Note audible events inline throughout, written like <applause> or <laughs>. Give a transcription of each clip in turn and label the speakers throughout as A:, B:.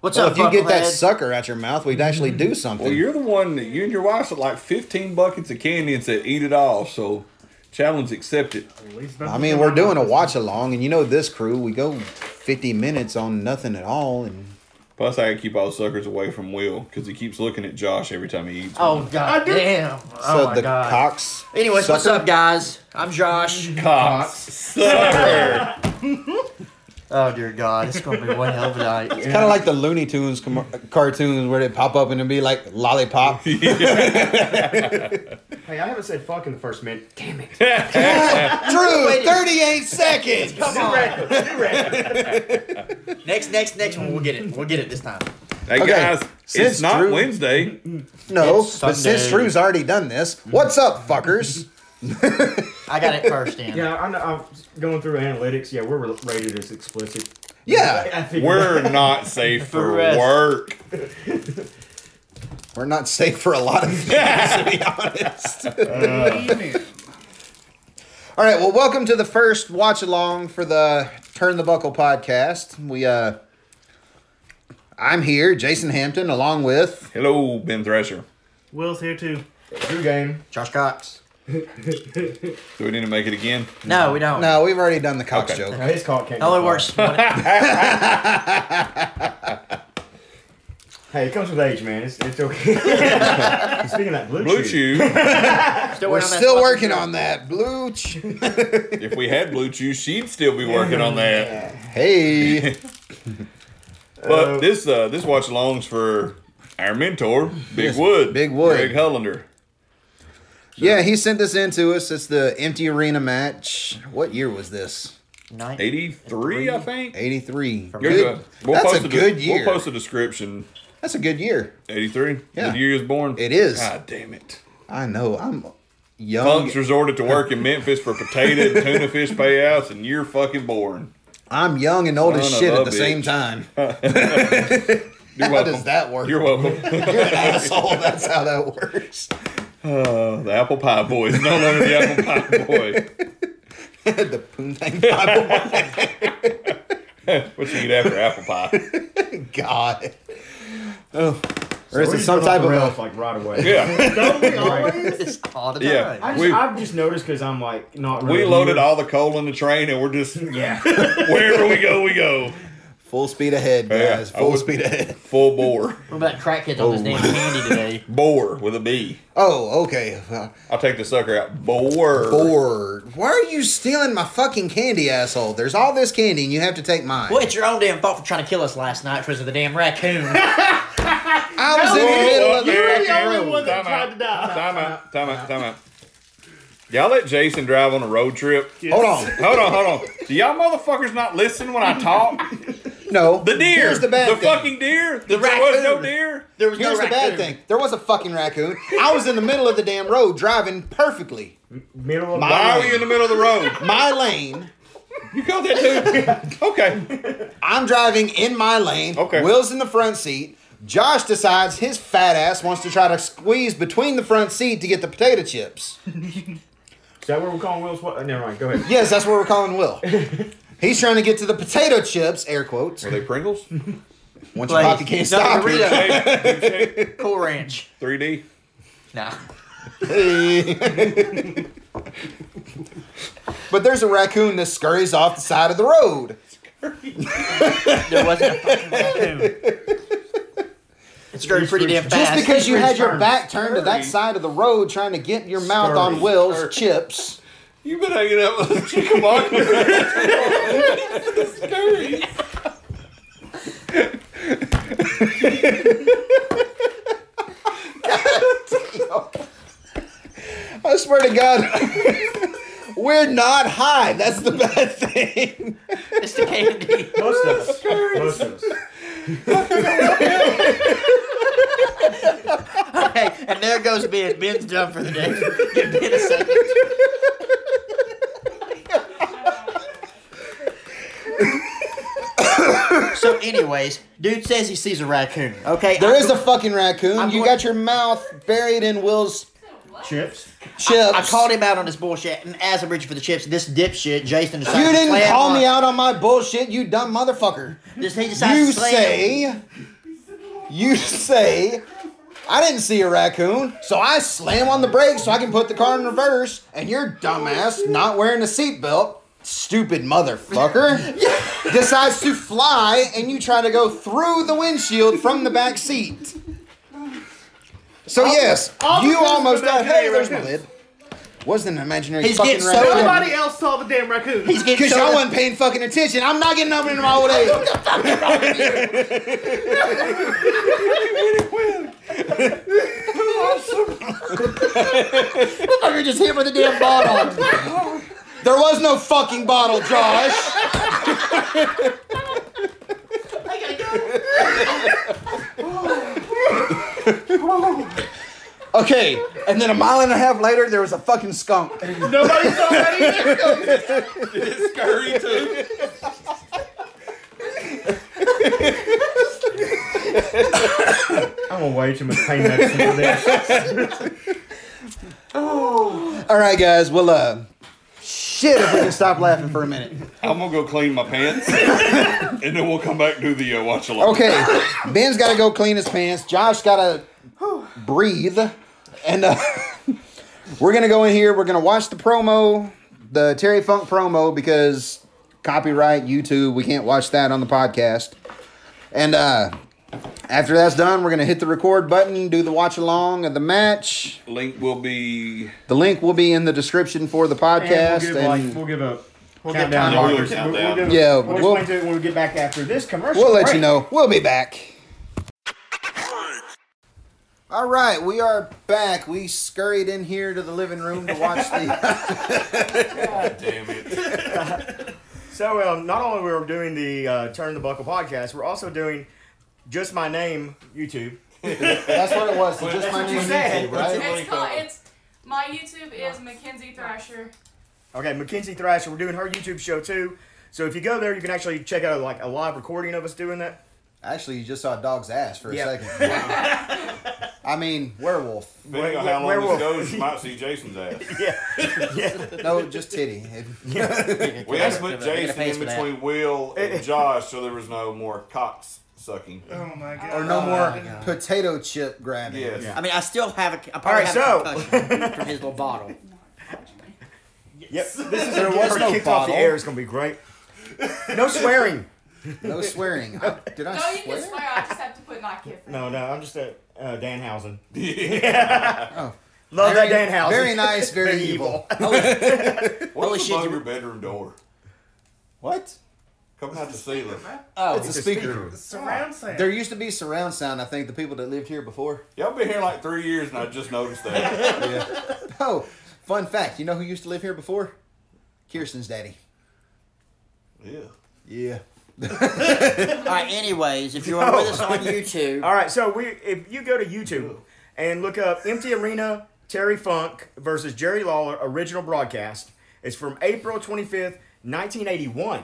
A: What's
B: Well,
A: up,
B: if you get that
A: Bucklehead?
B: sucker out your mouth, we'd actually
A: Mm-hmm.
B: do something.
C: Well, you're the one that you and your wife said like 15 buckets of candy and said, eat it all. So, challenge accepted.
D: At least
B: I mean, we're doing a watch along, and you know this crew, we go 50 minutes on nothing at all, and
C: Plus, I keep all suckers away from Will because he keeps looking at Josh every time he eats.
A: Oh god
D: I do-
A: damn! oh
B: so
A: my
B: the
A: god.
B: cocks.
A: Anyways, what's
B: sucker-
A: up, guys? I'm
B: <laughs>
A: Josh.
C: Cock sucker.
A: Oh dear God, it's gonna be one hell of a
B: <laughs>
A: night.
B: It's kind of like the Looney Tunes com- cartoons where they pop up and it'll be like <laughs> lollipop.
D: Hey, I haven't said fuck in the first minute. Damn it.
B: Drew, 38 seconds.
A: Come on.
D: <laughs>
A: next, next, next one. We'll get it. We'll get it this time.
C: hey,
B: Okay,
C: guys,
B: since
C: it's not
B: Drew-
C: Wednesday.
B: <laughs> No,
A: It's
B: but since
A: Sunday.
B: Drew's already done this, what's up, fuckers?
A: I got it first, Dan.
D: Yeah, I'm, I'm going through analytics. Yeah, we're rated as explicit.
B: <laughs> Yeah,
A: <laughs>
D: I think
C: We're not safe for
A: rest.
C: work. <laughs>
B: we're not safe for a lot <laughs> of things, to be honest. All right, well, welcome to the first watch along for the Turn the Buckle podcast. We, uh, I'm here, Jason Hampton, along with
C: Hello, Ben Thresher.
E: Will's here too.
D: Drew game.
A: Josh Cox.
C: Do we need to make it again?
A: No, we don't.
B: no, we've already done the Cox
C: Okay.
B: joke.
D: Now his call can't.
A: It only
D: go
A: works.
D: far. Hey, it comes with age, man. It's, it's <laughs> okay. Speaking of that blue,
C: Blue
D: chew.
C: Chew.
A: Still
B: We're
A: working on that
B: still
A: fucking
B: working
A: joke.
B: on that. Blue. ch-
C: if we had Blue Chew, she'd still be working on that. <laughs>
B: Hey.
C: But this uh, this watch alongs for our mentor, Big Wood.
B: Big Wood.
C: Greg Hollander.
B: Yeah, he sent this in to us. It's the empty arena match. What year was this?
A: Night.
C: 83, I think.
B: 83.
C: Here's
B: Good.
C: a- we'll
B: That's
C: post
B: a good
C: de-
B: year.
C: We'll post a description.
B: That's a good year.
C: 83?
B: Yeah.
C: The year he was born?
B: It is. Oh,
C: God damn it.
B: I know. I'm young.
C: Punks resorted to work in Memphis for potato
B: <laughs>
C: and tuna fish payouts, and you're fucking born.
B: I'm young and old as
C: Son of
B: shit
C: a
B: at the
C: bitch.
B: same time.
C: You're
B: How
C: welcome.
B: does that work?
C: You're welcome.
B: You're an asshole. That's how that works. <laughs>
C: Uh, the apple pie boy is no longer the apple pie boy. <laughs>
B: the Poontang Bible.
C: What you eat after apple pie?
B: God. Oh. Or is
D: We're
B: it
D: just
B: some
D: going off
B: type
D: the
B: of
D: rails,
B: a,
D: like right away.
C: Yeah.
E: Don't we always?
A: <laughs> It's all the time.
C: Yeah.
D: I just,
C: We-
D: I've just noticed because I'm like not. Really
C: We loaded
D: here.
C: all the coal in the train, and we're just
D: <laughs> Yeah.
C: wherever we go, we go
B: full speed ahead,
C: Yeah,
B: guys?
C: I
B: full
C: would-
B: speed ahead.
C: full bore,
A: What about crackheads on this damn candy
B: <laughs>
A: today?
C: bore with a B.
B: Oh, okay. Well,
C: I'll take the sucker out. Bore.
B: bored. Why are you stealing my fucking candy, asshole? There's all this candy, and you have to take mine.
A: Well, it's your own damn fault for trying to kill us last night because of the damn
B: <laughs>
A: raccoon.
B: I was in the middle of
E: You're
B: the
E: the only one that
C: Time
E: tried
C: out.
E: to die.
C: Time out. Time out. Time out. Y'all let Jason drive on a road trip. Oh,
B: Hold on.
C: Hold on, hold on. Do y'all motherfuckers not listen when I talk?
B: No.
C: The deer.
B: Here's the bad thing.
C: fucking deer. The there was no
A: raccoon.
C: deer.
A: There was no
B: Here's the bad
A: raccoon.
B: thing. There was a fucking raccoon. I was in the middle of the damn road driving perfectly.
D: Middle of
B: My-
C: Why are we in the middle of the road?
B: My lane.
C: You caught that
B: <laughs>
C: too? Okay.
B: I'm driving in my lane.
C: Okay.
B: Will's in the front seat. Josh decides his fat ass wants to try to squeeze between the front seat to get the potato chips.
D: Is that where we're calling Will's? What? Never mind. Go ahead.
B: Yes, that's what we're calling Will. He's trying to get to the potato chips, air quotes.
C: Were they Pringles?
B: Once you pop, you can't
A: No,
B: stop.
A: Doritos.
C: Three
A: Cool Ranch.
C: D.
A: Nah.
B: <laughs> but there's a raccoon that scurries off the side of the road.
A: There wasn't a
B: <laughs>
A: fucking raccoon. It's going pretty damn fast.
B: Just because you had your
D: turns.
B: back turned to that
C: Scurry.
B: side of the road trying to get your mouth on
D: Scurry.
B: Will's chips.
C: You've been hanging out with <laughs> Chickamauga. Scurry.
B: I swear to God, <laughs> we're not high. That's the bad thing.
A: It's the <laughs> candy.
D: Most of us. Most of us.
A: hey, and there goes Ben. Ben's done for the <laughs> day. Give Ben a second. so, anyways, dude says he sees a raccoon. Okay,
B: There
A: I'm
B: is a fucking raccoon.
A: I'm
B: you
A: going-
B: got your mouth buried in Will's
D: Chips.
B: Chips.
A: I called him out on his bullshit and asked him Richard for the chips. This dipshit, Jason, decided
B: You
A: to
B: didn't
A: slam
B: call
A: on-
B: me out on my bullshit, you dumb motherfucker.
A: This, he decided
B: You
A: to slam-
B: say. You say. I didn't see a raccoon, so I slam on the brakes so I can put the car in reverse, and your dumbass, not wearing a seatbelt, stupid motherfucker,
F: <laughs>
B: decides to fly, and you try to go through the windshield from the back seat. So yes,
F: all
B: you
F: because of
B: almost died.
F: imaginary
B: Hey, there's my
F: raccoons.
B: lid. Wasn't an imaginary
A: He's
B: fucking
A: getting so
B: raccoon.
F: Nobody else saw the damn raccoon.
A: He's getting
B: Cause
A: so
B: y'all wasn't paying fucking attention. I'm not getting up into my old age.
A: fucker just hit with a damn bottle.
B: There was no fucking bottle, Josh. Okay, and then a mile and a half later, there was a fucking skunk.
F: Nobody saw that either.
C: <laughs> It's scary too.
D: I'm gonna way too much pain medicine for this.
B: All right, guys. Well, uh, shit, if we can stop laughing for a minute.
C: I'm gonna go clean my
B: <laughs>
C: pants, and then we'll come back and do the uh, watch along.
B: Okay, Ben's got to go clean his pants. Josh got to breathe, and uh, <laughs> we're gonna go in here. We're gonna watch the promo, the Terry Funk promo, because copyright YouTube. We can't watch that on the podcast. And uh, after that's done, we're gonna hit the record button, do the watch along of the match.
C: Link will be.
B: The link will be in the description for the
D: And
B: podcast.
D: we'll
B: And
D: give, like, we'll give a
A: We'll get
D: countdown.
A: time
C: Yeah, we'll do a countdown.
D: markers. We'll- we'll give-
B: Yeah,
D: we'll
B: we'll-
D: explain to it when we get back after this commercial.
B: We'll let you
D: break.
B: know. We'll be back. All right, we are back. We scurried in here to the living room to watch
D: <laughs>
B: the.
C: Damn it!
D: So, um, not only we're doing the uh, Turn the Buckle podcast, we're also doing Just My Name YouTube.
B: That's what it was. So just
D: that's
B: my
D: what you
B: name
D: said.
B: YouTube, right?
G: It's called. It's my YouTube is Mackenzie Thrasher.
D: Okay, Mackenzie Thrasher, we're doing her YouTube show too. So if you go there, you can actually check out like a live recording of us
B: <laughs>
D: doing that.
B: Actually, you just saw a dog's ass for a
D: Yeah.
B: second.
D: <laughs>
B: I mean, werewolf.
C: Depending on
D: Where-
C: how long
D: where
C: this
D: will-
C: goes, you might see Jason's ass.
A: <laughs>
D: Yeah,
B: No, just titty. It-
C: We had to put
A: They're gonna
C: Jason
A: pay us
C: in
A: for that.
C: between Will and Josh, so there was no more cocks sucking.
F: Oh my god.
B: Or no more potato chip grabbing.
C: Yes.
A: I mean, I still have a. I probably
D: Alright,
A: have
D: so-
A: a concussion from his little bottle.
F: <laughs>
D: yep. This is
B: There
D: her
B: was no
D: kicked off
B: bottle.
D: the air. It's gonna be great. No swearing.
B: No swearing.
G: <laughs>
B: I, did I
G: No, you
B: swear?
G: can swear. I just have to put not kid.
D: No, no, I'm just a uh, Danhausen. <laughs>
B: Oh.
D: Love
B: Very-
D: that Danhausen.
B: Very nice,
D: <laughs>
B: very, evil.
A: Holy
C: What's
A: shit,
C: above
A: you-
C: your bedroom door?
B: What?
C: Coming out the ceiling.
B: Oh, it's, a speaker.
F: Surround sound.
B: There used to be surround sound, I think, the people that lived here before.
C: Y'all been here like three years, and I just noticed that.
D: <laughs>
B: Oh, fun fact. You know who used to live here before? Kirsten's daddy.
C: yeah.
B: Yeah.
A: All right. Anyways, if you're with us on <laughs> YouTube,
D: All right, so we if you go to YouTube and look up Empty Arena Terry Funk versus Jerry Lawler original broadcast, it's from April 25th, 1981.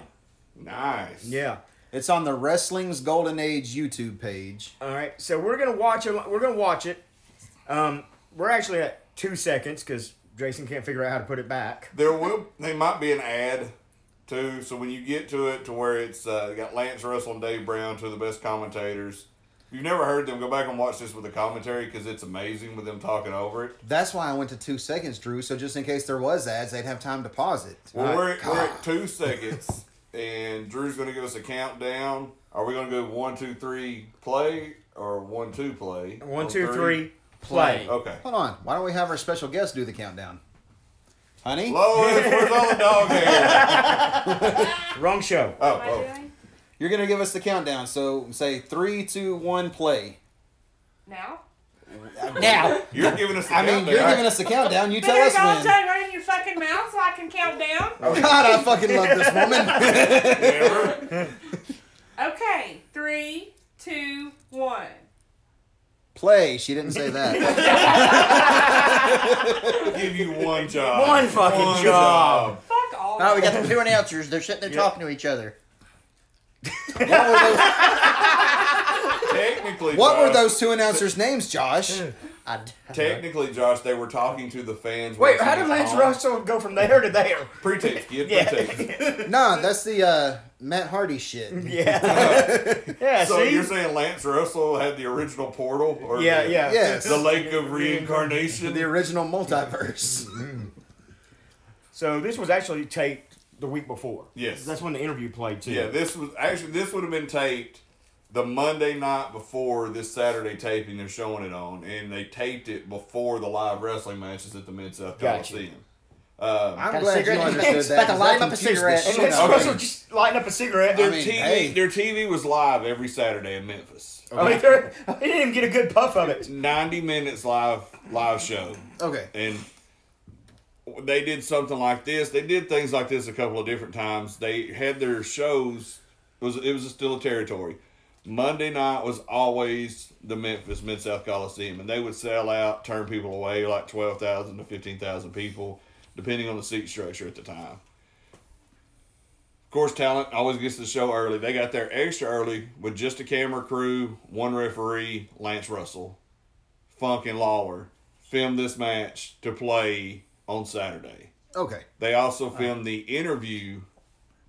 C: Nice.
D: Yeah.
B: It's on the Wrestling's Golden Age YouTube page.
D: All right, so we're gonna watch it. We're gonna watch it. Um, we're actually at two seconds because Jason can't figure out how to put it back.
C: There will. There might be an ad too. So when you get to it, to where it's uh, got Lance Russell and Dave Brown, two of the best commentators. If you've never heard them, go back and watch this with the commentary because it's amazing with them talking over it.
B: That's why I went to two seconds, Drew. So just in case there was ads, they'd have time to pause it.
C: Well, we're, at, we're at two seconds, and Drew's going to give us a countdown. Are we going to go one, two, three, play, or one, two, play?
D: One,
C: Or
D: two, three, play.
C: Okay.
B: Hold on. Why don't we have our special guest do the countdown? Honey?
C: Lois, where's all the dog hair?
D: Wrong show.
C: Oh,
G: Am I
C: oh.
G: doing
B: You're going to give us the countdown. So say three, two, one, play.
G: now?
A: now
C: You're giving us the
B: I mean,
C: countdown.
B: you're
C: All
B: giving
C: right.
B: us the countdown. You tell
G: Put your
B: us
G: gold
B: when. Oh.
G: chain right in your fucking mouth so I can count down.
B: God, I fucking love this woman. <laughs>
C: Never.
G: Okay, three, two, one.
B: Play. She didn't say that.
C: give you
D: <laughs>
C: one job.
D: One fucking job.
G: Fuck
B: Oh.
G: all.
A: All right, oh, we got the two announcers. They're sitting there talking to each other.
B: What were those,
C: Technically,
B: what were <laughs>
C: Josh,
B: those two announcers' names, Josh? I,
C: Technically, Josh, they were talking to the fans.
D: Wait,
C: once
D: how
C: he
D: did
C: was
D: Lance
C: on.
D: Russell go from there to there? <laughs>
C: Pretext, kid, pretext.
D: Yeah.
B: no, that's the uh, Matt Hardy shit.
D: yeah. <laughs>
B: <laughs>
D: yeah,
C: So
D: see?
C: you're saying Lance Russell had the original portal? Or
D: yeah,
C: the,
D: yeah.
B: Yes.
C: The Lake of Reincarnation?
B: The original
C: <laughs>
B: multiverse.
D: So this was actually taped the week before.
C: Yes.
D: That's when the interview played too.
C: Yeah, this was actually this would have been taped the Monday night before this Saturday taping they're showing it on, and they taped it before the live wrestling matches at the Mid South
D: Gotcha.
C: Coliseum. Um,
B: I'm
A: Got a
B: glad you
A: cigarette?
B: understood that.
H: Back a
B: 'cause
H: light
B: I
H: up a
B: confused
H: cigarette.
B: the
D: And
B: shit
D: Lance
B: out of
D: Russell
B: it.
D: just lighting up a cigarette.
C: their
B: I mean,
C: TV
B: hey. Oh.
C: their TV was live every Saturday in Memphis.
D: I mean, they're- <laughs> he didn't even get a good puff of it.
C: Ninety minutes live live show.
B: Okay.
C: and they did something like this. They did things like this a couple of different times. They had their shows. It was it was still a territory. Monday night was always the Memphis Mid South Coliseum, and they would sell out, turn people away, like twelve thousand to fifteen thousand people, depending on the seat structure at the time. Of course, talent always gets to the show early. They got there extra early with just a camera crew, one referee, Lance Russell, Funk and Lawler filmed this match to play on Saturday.
B: Okay.
C: They also filmed the interview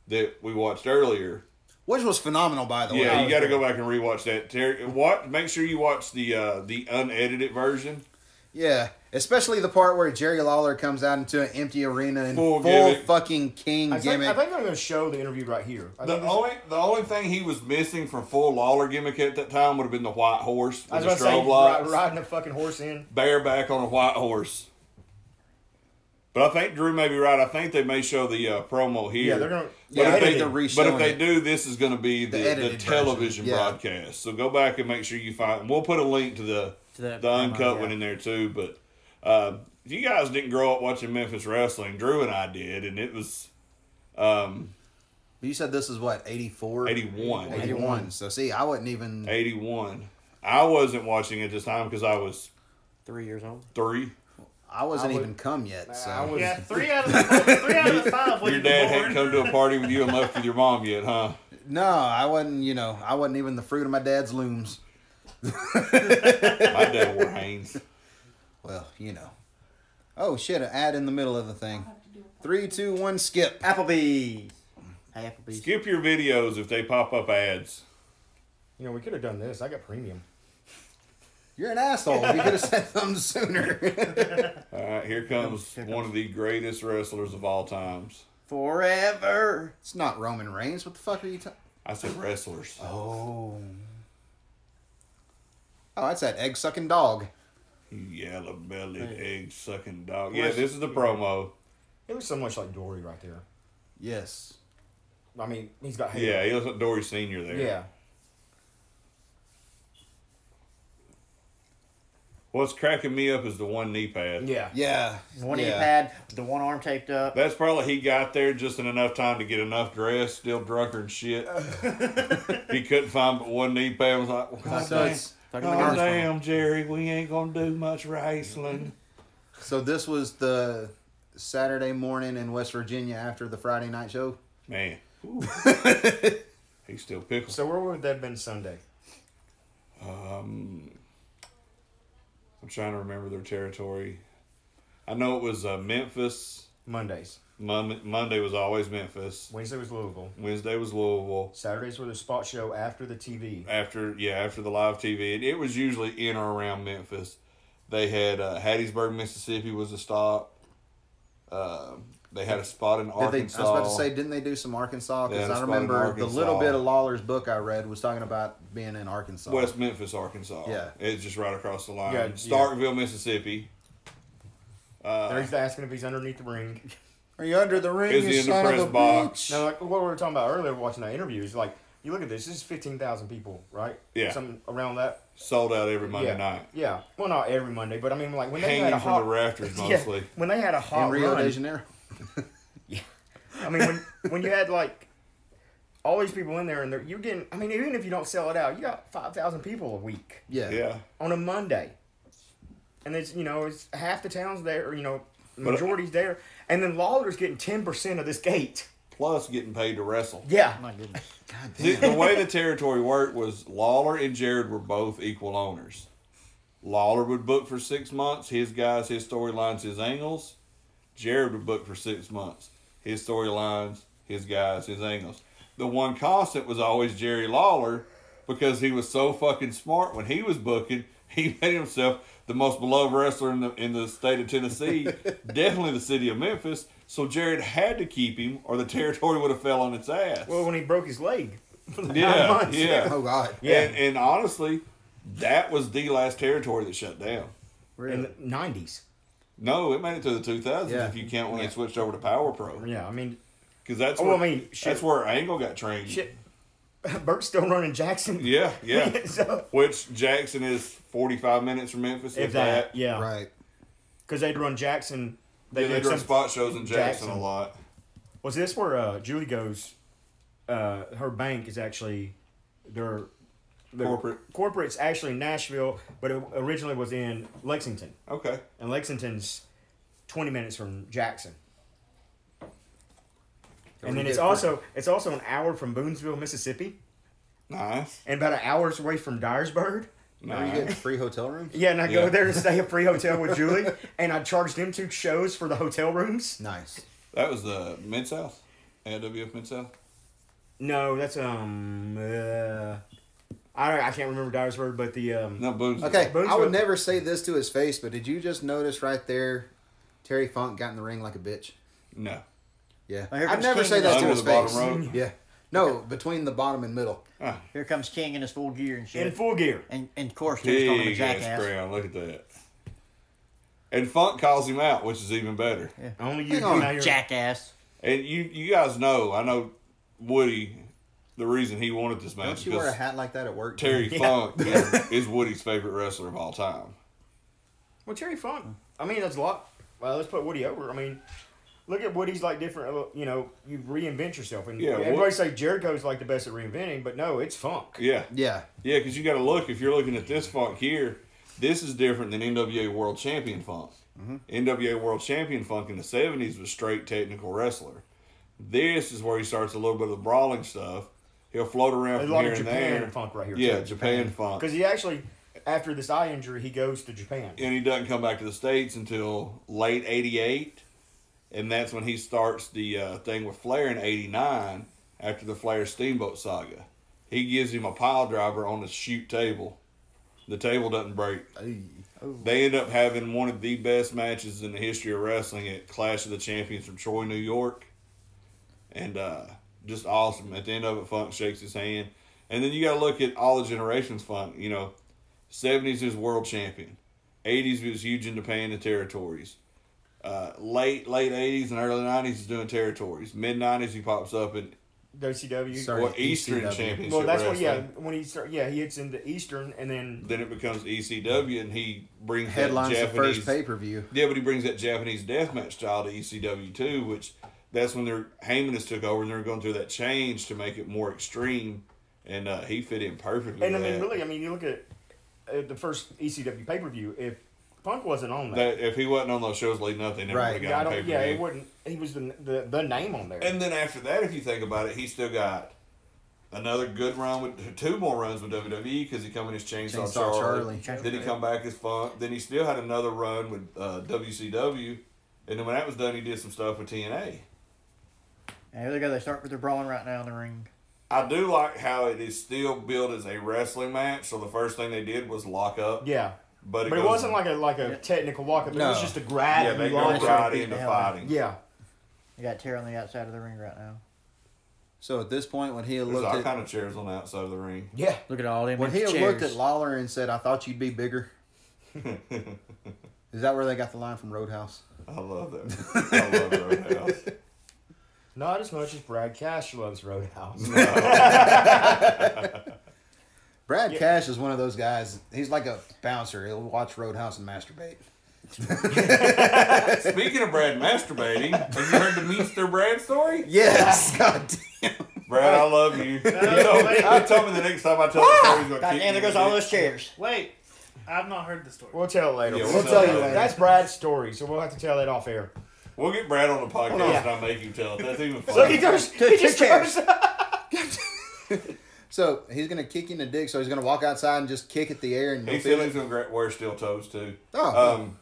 C: that we watched earlier.
B: Which was phenomenal, by
D: Oh,
B: the
C: Yeah,
B: way.
C: you got to go back and rewatch that. Terry, what? Make sure you watch the uh, the unedited version.
B: Yeah. Especially the part where Jerry Lawler comes out into an empty arena and
C: Full
B: full,
C: gimmick.
B: fucking king
D: I think, I
B: gimmick.
D: think I'm going to show the interview right here. I
C: The
D: think this-
C: only the only thing he was missing from full Lawler gimmick at that time would have been the white horse with
D: I was
C: the
D: going to say,
C: strobe lights,
D: ri- riding a fucking horse in.
C: bareback on a white horse. But I think Drew may be right. I think they may show the uh, promo here.
D: Yeah, they're going to.
C: But
B: Yeah, they
C: if they,
B: need to
C: but
B: re-show
C: if they
B: it.
C: do, this is going to be the, the,
B: edited version,
C: television
B: yeah.
C: broadcast. So go back and make sure you find. We'll put a link to the
A: To that
C: the
A: promo,
C: uncut
A: yeah.
C: one in there too. But uh, if you guys didn't grow up watching Memphis wrestling, Drew and I did, and it was um,
B: you said this is what, 84?
C: 81.
B: 81. So, see, I wouldn't even.
C: 81. I wasn't watching at this time because I was
A: Three years old.
C: three.
B: I wasn't
D: I would-
B: even come yet. So.
D: I was, <laughs>
E: Yeah, three out of the three out of the five.
C: <laughs>
E: when
C: Your
E: you
C: dad
E: were
C: hadn't
E: born.
C: come to a party with you and left with your mom yet, huh?
B: No, I wasn't, you know, I wasn't even the fruit of my dad's looms.
C: My dad wore Hanes.
B: Well, you know. Oh, shit, an ad in the middle of the thing. Three, two, one, skip.
A: Applebee's. Hey, Applebee's.
C: Skip your videos if they pop up ads.
D: you know, we could have done this. I got premium.
B: You're an asshole. You could have said something sooner. <laughs>
C: All right, here comes
A: Here
C: one of the greatest wrestlers of all times.
A: Forever.
B: it's not Roman Reigns. What the fuck are you talking
C: I said wrestlers.
B: Oh. Oh, that's that egg sucking dog.
C: You yellow bellied egg sucking dog. Yeah, this is the promo.
D: It was so much like Dory right there.
B: Yes.
D: I mean, he's got hair.
C: Yeah, he looks like Dory Senior there.
D: Yeah.
C: What's cracking me up is the one knee pad.
D: Yeah.
B: Yeah.
A: One knee
B: yeah.
A: pad, the one arm taped up.
C: That's probably he got there just in enough time to get enough dress, still drunker and shit. he couldn't find but one knee pad. Was like, well,
B: So,
C: damn,
B: it's-
A: Fucking
C: God
A: McDonald's one.
C: damn, Jerry, we ain't gonna do much wrestling.
B: so this was the Saturday morning in West Virginia after the Friday night show.
C: Man, <laughs> he's still pickled.
D: So where would that have been Sunday?
C: Um, I'm trying to remember their territory. I know it was uh, Memphis.
D: Mondays.
C: Mon- Monday was always Memphis.
D: Wednesday was Louisville.
C: Wednesday was Louisville.
D: Saturdays were the spot show after the TV.
C: After yeah, after the live TV, and it was usually in or around Memphis. They had uh, Hattiesburg, Mississippi was a stop. Um they had a spot in
B: Did they, I was
C: Arkansas.
B: about to say, didn't they do some Arkansas?
C: Yeah,
B: Because
C: it's
B: I
C: about in
B: remember the little
C: Arkansas.
B: bit of Lawler's book I read was talking about being in Arkansas.
C: West Memphis, Arkansas.
B: Yeah.
C: it's just right across the line.
D: Yeah, yeah.
C: Starkville, Mississippi. Uh,
D: There he's asking if he's underneath the ring.
B: Are you under the ring?
C: Is
B: you
C: he in the
B: son of
C: press
B: a
C: box?
B: bitch?
D: Now, like what we were talking about earlier, watching that interview, is like, you look at this. This is fifteen thousand people, right?
C: Yeah.
D: Something around that.
C: Sold out every Monday
D: yeah.
C: night.
D: Yeah. Well, not every Monday, but I mean, like when they had
C: Hanging
D: a
C: from
D: hot,
B: <laughs>
C: the rafters
D: <laughs> Yeah,
C: mostly.
D: when they had a hot
C: Oh,
B: in Rio
D: run,
B: de Janeiro.
D: I mean, when,
B: <laughs>
D: when you had like all these people in there, and they're, you're getting. I mean, even if you don't sell it out, you got five thousand people a week
B: Yeah. Oh,
C: yeah.
D: on a Monday, and it's you know it's half the town's there, you know,
C: uh,
D: majority's there, and then Lawler's getting ten percent of this gate.
C: plus getting paid to wrestle.
D: Yeah,
A: My
C: <laughs>
A: goodness.
C: The, the way the territory worked was Lawler and Jared were both equal owners. Lawler would book for six months, his guys, his storylines, his angles. Jared would book for six months, his storylines, his guys, his angles. The one constant was always Jerry Lawler because he was so fucking smart when he was booking. He <laughs> made himself the most beloved wrestler in the in the state of Tennessee, definitely the city of Memphis. So Jared had to keep him, or the territory would have fell on its ass.
D: Well, when he broke his leg. nine
C: yeah,
D: months.
C: yeah.
H: Oh God.
D: Yeah.
C: And, and honestly, that was the last territory that shut down.
D: in the 90s.
C: No, it made it to the 2000s
H: Yeah.
C: if you count when they switched over to Power Pro.
D: Yeah, I mean,
C: Because that's,
D: Oh,
C: where-
D: I mean, shit.
C: that's where Angle got trained.
D: shit. <laughs> Burt's still running Jackson.
C: Yeah,
D: <laughs>
C: yeah.
D: so,
C: Which Jackson is 45 minutes from Memphis.
D: if that, yeah.
H: Right.
D: Because they'd run Jackson. They
C: Yeah, they
D: did
C: do
D: some-
C: spot shows in Jackson, a
D: Jackson.
C: lot.
D: Was this where uh, Julie goes? Uh, her bank is actually their, their
C: Corporate.
D: Corporate's actually in Nashville, but it originally was in Lexington,
C: Okay.
D: and Lexington's twenty minutes from Jackson. And then it's also it's also an hour from Boonesville, Mississippi,
C: Nice.
D: and about an hour's away from Dyersburg.
H: Are you
C: nice.
H: getting free hotel room?
D: Yeah, and I
C: Yeah.
D: go there to stay at free hotel with Julie, and I charged them two shows for the hotel rooms.
H: Nice.
C: That was uh, the Mid South. AWF Mid South.
D: No, that's um, uh, I don't, I can't remember Dyersburg, but the um,
C: No, Boone's.
H: Okay,
D: Boone's
H: I would
D: with-
H: never say this to his face, but did you just notice right there, Terry Funk got in the ring like a bitch?
C: No.
H: Yeah,
A: Oh, here
H: I'd
A: comes
H: never
A: King
H: say
A: in
H: that
A: his
H: to
C: Under
H: his
C: the bottom
H: face.
C: rope.
H: Yeah, no, between the bottom and middle.
A: Here comes King in his full gear and shit.
D: in full gear.
A: and, and of course, he's calling him a
C: Big ass
A: jackass.
C: crown. Look at that. And Funk calls him out, which is even better.
D: Only you
H: Hang
D: do
H: on,
D: now. You're,
A: Jackass.
C: And you, you guys know, I know Woody. The reason he wanted this match
H: Don't you wear a hat like that at work?
B: <laughs>
C: Terry Funk is, is Woody's favorite wrestler of all time.
D: well, Terry Funk. I mean, that's a lot. Well, let's put Woody over. I mean, look at Woody's like different. uh, You know, you reinvent yourself, and
C: Yeah,
D: everybody
C: Wood-
D: say Jericho's like the best at reinventing, but no, it's Funk.
C: Yeah,
H: Yeah,
C: yeah, because you got to look. If you're looking at this Funk here, this is different than NWA World Champion Funk. NWA World Champion Funk in the '70s was straight technical wrestler. This is where he starts a little bit of the brawling stuff. He'll float around
D: There's
C: from
D: a lot
C: here
D: of
C: and
D: Japan
C: there.
D: Funk right here.
C: Yeah, Japan Funk.
D: because he actually after this eye injury, he goes to Japan.
C: and he doesn't come back to the states until late '88, and that's when he starts the uh, thing with Flair in '89 after the Flair Steamboat saga. He gives him a pile driver on a shoot table. The table doesn't break. They end up having one of the best matches in the history of wrestling at Clash of the Champions from Troy, New York, and uh, just awesome. At the end of it, Funk shakes his hand, and then you got to look at all the generations. Funk, you know, '70s is world champion. 80s was huge in Japan and territories. Uh, late late 80s and early 90s is doing territories. Mid 90s he pops up in
D: WCW.
H: Sorry.
C: well, Eastern
H: ECW.
C: Championship.
D: Well, that's what.
C: Wrestling.
D: Yeah, when he start, yeah, he hits into Eastern, and then
C: Then it becomes ECW and he brings
H: headlines
C: that
H: the
C: Japanese.
H: first pay per view.
C: Yeah, but he brings that Japanese deathmatch style to ECW too, which that's when their Heyman has took over and they're going through that change to make it more extreme, and uh, he fit in perfectly.
D: and I
C: with
D: mean,
C: that.
D: really, I mean, you look at uh, the first ECW pay per view. If Punk wasn't on that,
C: That- if he wasn't on those shows leading up, they never
H: Right.
C: would have
D: Yeah, I
C: gotten
D: don't.
C: pay
D: Yeah,
C: per
D: it wouldn't. He was the the, the name on there.
C: And then after that, if you think about it, he still got another good run with two more runs with WWE because he come in as Chainsaw,
H: Chainsaw
C: Charlie.
H: Charlie.
C: Then he come back as Funk. Then he still had another run with uh, WCW, and then when that was done, he did some stuff with TNA.
A: And here they go. They start with their brawling right now in the ring.
C: I do like how it is still billed as a wrestling match. So the first thing they did was lock up.
D: yeah,
C: but it,
D: but it
C: goes-
D: wasn't like a like a technical walk up. It was
H: No.
D: just a grab.
C: yeah,
D: and
C: they go
D: launch.
A: up.
C: right into fighting.
D: Yeah,
A: They got Terry on the outside of the ring right now.
H: So at this point, when he had
C: There's
H: looked
C: all
H: at
C: kind of chairs on the outside of the ring.
D: yeah.
A: Look at all them.
H: when he had
A: chairs.
H: looked at Lawler and said, "I thought you'd be
C: <laughs>
H: bigger," is that where they got the line from Roadhouse?
C: I love that. I love that roadhouse.
D: Not as much as Brad Cash loves Roadhouse.
C: Uh,
H: Brad Cash is one of those guys. He's like a bouncer. He'll watch Roadhouse and masturbate.
C: Speaking of Brad masturbating, have you heard the Meester Brad story?
H: Yes, <laughs> God
C: Brad, I
A: <laughs>
C: love you. He told, me, he told me the next time I tell the story, he's gonna
A: God
C: kick
A: damn,
C: me
A: there goes
C: in the
A: all
C: dick.
A: those chairs.
E: Wait, I've not heard the story.
D: we'll tell it later.
C: Yeah,
H: we'll tell you later.
D: That's Brad's story, so we'll have to tell that off air.
C: We'll get Brad on the podcast
D: Yeah.
C: and I'll make him tell it. That's even
D: So
C: funny.
D: he goes. He just
A: chairs.
D: goes.
B: So he's gonna kick you in the dick. So he's gonna walk outside and just kick at the air and
C: He
B: you'll
C: still
B: feel
C: is
B: it.
C: going to wear steel toes too.
B: Oh.
C: Um,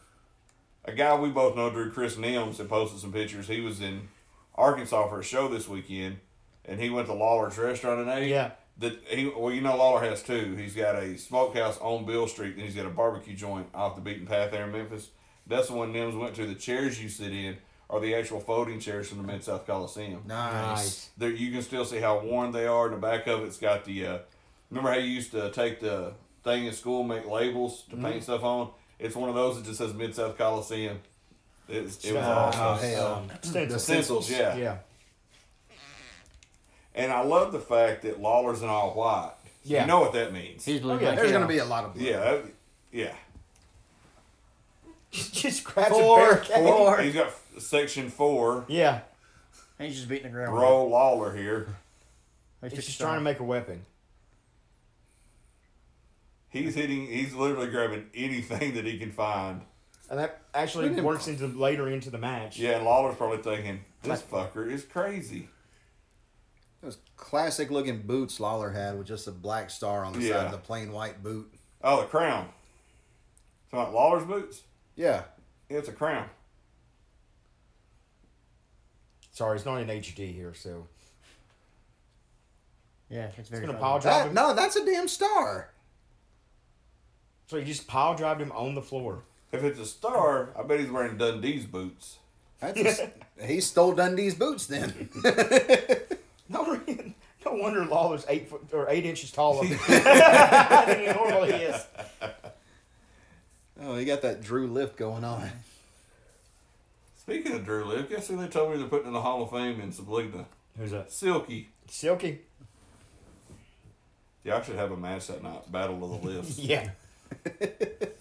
C: a guy we both know, Drew Chris Nims, had posted some pictures. He was in Arkansas for a show this weekend, and he went to Lawler's restaurant and ate.
D: <laughs> Yeah.
C: That he well, you know, Lawler has two. He's got a smokehouse on Bill Street, and he's got a barbecue joint off the beaten path there in Memphis. That's the one Nims went to. The chairs you sit in are the actual folding chairs from the Mid South Coliseum
B: Nice.
C: there you can still see how worn they are. In the back of it's got the uh, remember how you used to take the thing in school, make labels to paint stuff on. It's one of those that just says Mid South Coliseum. It's, it was
B: Oh
C: awesome.
B: hell.
D: Stencil.
B: The
C: Stencils, yeah.
D: Yeah.
C: And I love the fact that Lawler's in all white.
D: Yeah.
C: You know what that means.
A: He's blue.
D: Oh, yeah,
A: black
B: There's
A: hair.
B: gonna be a lot of blood.
C: yeah. that- yeah.
D: <laughs> just grabs a
B: Four.
D: barricade.
C: Four. He's got f- section four.
D: Yeah.
A: He's just beating the ground.
C: Bro Lawler here.
A: He's
D: He's just trying to make a weapon.
C: He's hitting. He's literally grabbing anything that he can find.
D: And that actually works into later into the match.
C: Yeah, and Lawler's probably thinking this fucker is crazy.
B: Those classic looking boots Lawler had with just a black star on the side
C: Yeah.
B: of the plain white boot.
C: Oh, the crown. So like Lawler's boots?
B: Yeah.
C: Yeah, it's a crown.
D: Sorry, it's not in HD here, so
A: Yeah, it's very.
D: it's gonna
A: funny.
D: pile drive
B: That,
D: him.
B: no, that's a damn star.
D: So he just pile drived him on the floor.
C: If it's a star, I bet he's wearing Dundee's boots.
B: That's a s- he stole Dundee's boots then. <laughs>
D: <laughs> No, reason- no wonder Lawler's eight foot or eight inches taller than he normally is.
B: oh, he got that Drew lift going on.
C: Speaking of Drew Liv, guess who they told me they're putting in the Hall of Fame in Sablina?
D: Who's that?
C: Silky.
D: Silky.
C: Y'all should have a match that night, Battle of the
D: <laughs>
C: Lifts.
D: Yeah.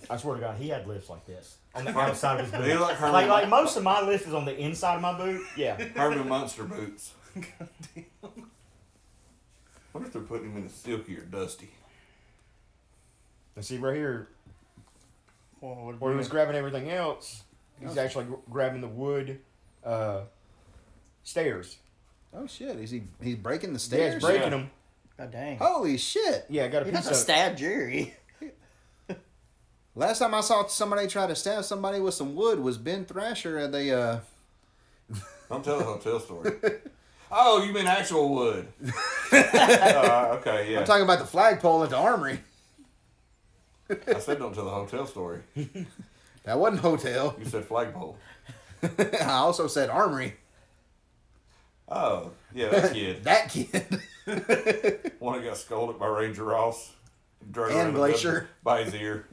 D: I swear to God, he had lifts like this on the outside of his <laughs>
C: They
D: boot.
C: look like Herman,
D: Like, like most of my lift is on the inside of my boot. Yeah.
C: Herman Munster boots. <laughs> wonder if they're putting him in a Silky or Dusty.
D: And see right here,
A: Oh,
I: Well, what
D: where he
I: about-
D: was grabbing everything else, he's actually gr- grabbing the wood uh, stairs.
B: Oh shit, is he he's breaking the
D: Yeah,
B: stairs?
D: he's breaking
C: Yeah.
D: them.
A: God dang.
B: Holy shit.
D: Yeah, I got a
A: He
D: piece
A: doesn't
D: of
A: stab Jerry.
B: Last time I saw somebody try to stab somebody with some wood was Ben Thrasher at the uh
C: Don't tell the
B: <laughs>
C: hotel story. Oh, you mean actual wood? Uh, okay, yeah.
B: I'm talking about the flagpole at the armory.
C: I said don't tell the hotel story. You
B: That wasn't hotel. <laughs>
C: said flagpole.
B: I also said armory.
C: Oh, yeah, that kid.
B: That kid. <laughs>
C: One that got scolded by Ranger Ross. Dragged
B: And
C: around the
B: Glacier.
C: bed By his ear.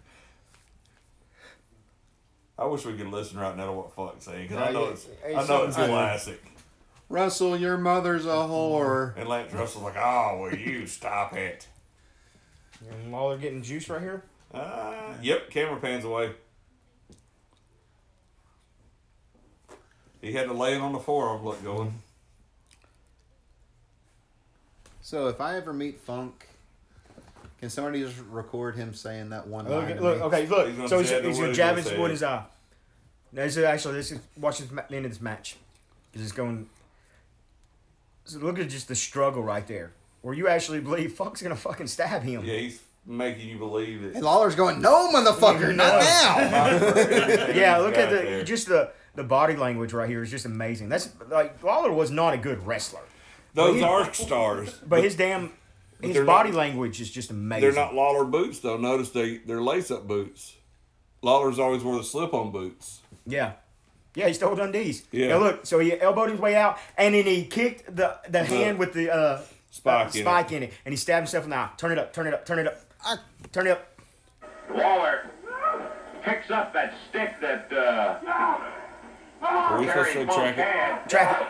C: I wish we could listen right now to what fuck's saying, because I
D: No,
C: know
D: yeah,
C: it's,
D: hey,
C: I know it's
D: something's
C: classic.
B: Russell, your mother's a whore.
C: And Lance Russell's like, oh, will you stop it?
D: And Lawler getting juice right here.
C: Uh, yep, camera pans away. He had to lay it on the forearm, look, going.
B: So if I ever meet Funk, can somebody just record him saying that one line?
D: Look,
B: to
D: look
B: me?
D: okay,
C: He's
D: look.
C: gonna
D: So he's,
C: say it, the
D: he's
C: wood
D: gonna
C: is
D: jab
C: gonna
D: his
C: say
D: wood in
C: it.
D: his eye. No, this is actually this is watch this ma- the end of this match. Because it's going. So look at just the struggle right there, where you actually believe <laughs> Funk's gonna fucking stab him. <laughs>
C: Yeah, he's making you believe it.
B: And Lawler's going, no, <laughs> motherfucker, not now.
D: Yeah, look
C: Got
D: at the
C: it there.
D: just the the body language right here is just amazing. That's like Lawler was not a good wrestler,
C: <laughs> Those are stars.
D: <laughs> but his damn his
C: they're
D: body
C: not-
D: language is just amazing.
C: They're not Lawler boots though. Notice they they're lace up boots. Lawler's always wore the slip on boots.
D: Yeah. Yeah, he stole Dundee's.
C: Yeah.
D: Yeah. look, so he elbowed his way out, and then he kicked the, the hand with the uh,
C: Spike
D: uh,
C: in it.
D: spike in it, and he stabbed himself in the eye. Turn it up, turn it up, turn it up,
B: I-
D: turn it up.
J: Lawler picks up that stick that uh,
C: Are we supposed
J: Terry
C: to
J: Funk
C: track it?
J: had.
D: Traffic.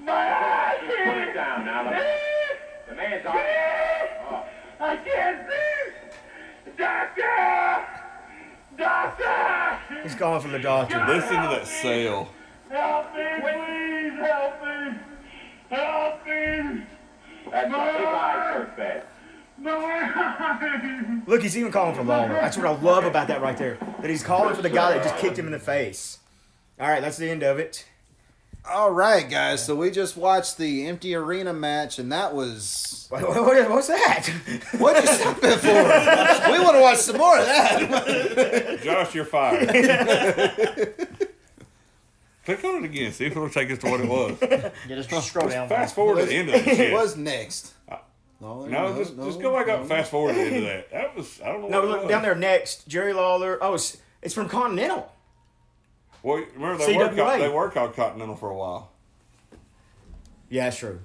J: Just put it down now. The, the man's on Oh. I can't see. Doctor! Doctor!
D: He's calling for the doctor.
C: Listen to that sail.
J: Help me, please! Help me! Help me! That's a big eye for that. <laughs> My
D: Look, he's even calling for Lawler. That's what I love about that right there. That he's calling for the guy that just kicked him in the face. All right, that's the end of it. <laughs>
B: All right, guys. So we just watched the empty arena match, and that was
D: What, what- what- what's that? <laughs>
B: what you stopping for. we want to watch some more of
C: <laughs>
B: that.
C: Josh, you're
D: <laughs>
C: fired. Click on it again. See if it'll take us to what it was.
A: <laughs> Yeah, just scroll down.
C: Fast forward to the end
D: <laughs>
C: of that shit.
B: What's next? No,
C: No, just, just go back up and fast forward to the end of that. That was, I don't know.
D: no,
C: what it
D: look
C: was.
D: down there next. Jerry Lawler. Oh, it's, it's from Continental.
C: Well, remember, they were,
D: CWA.
C: called, they were called Continental for a while.
D: Yeah, that's true.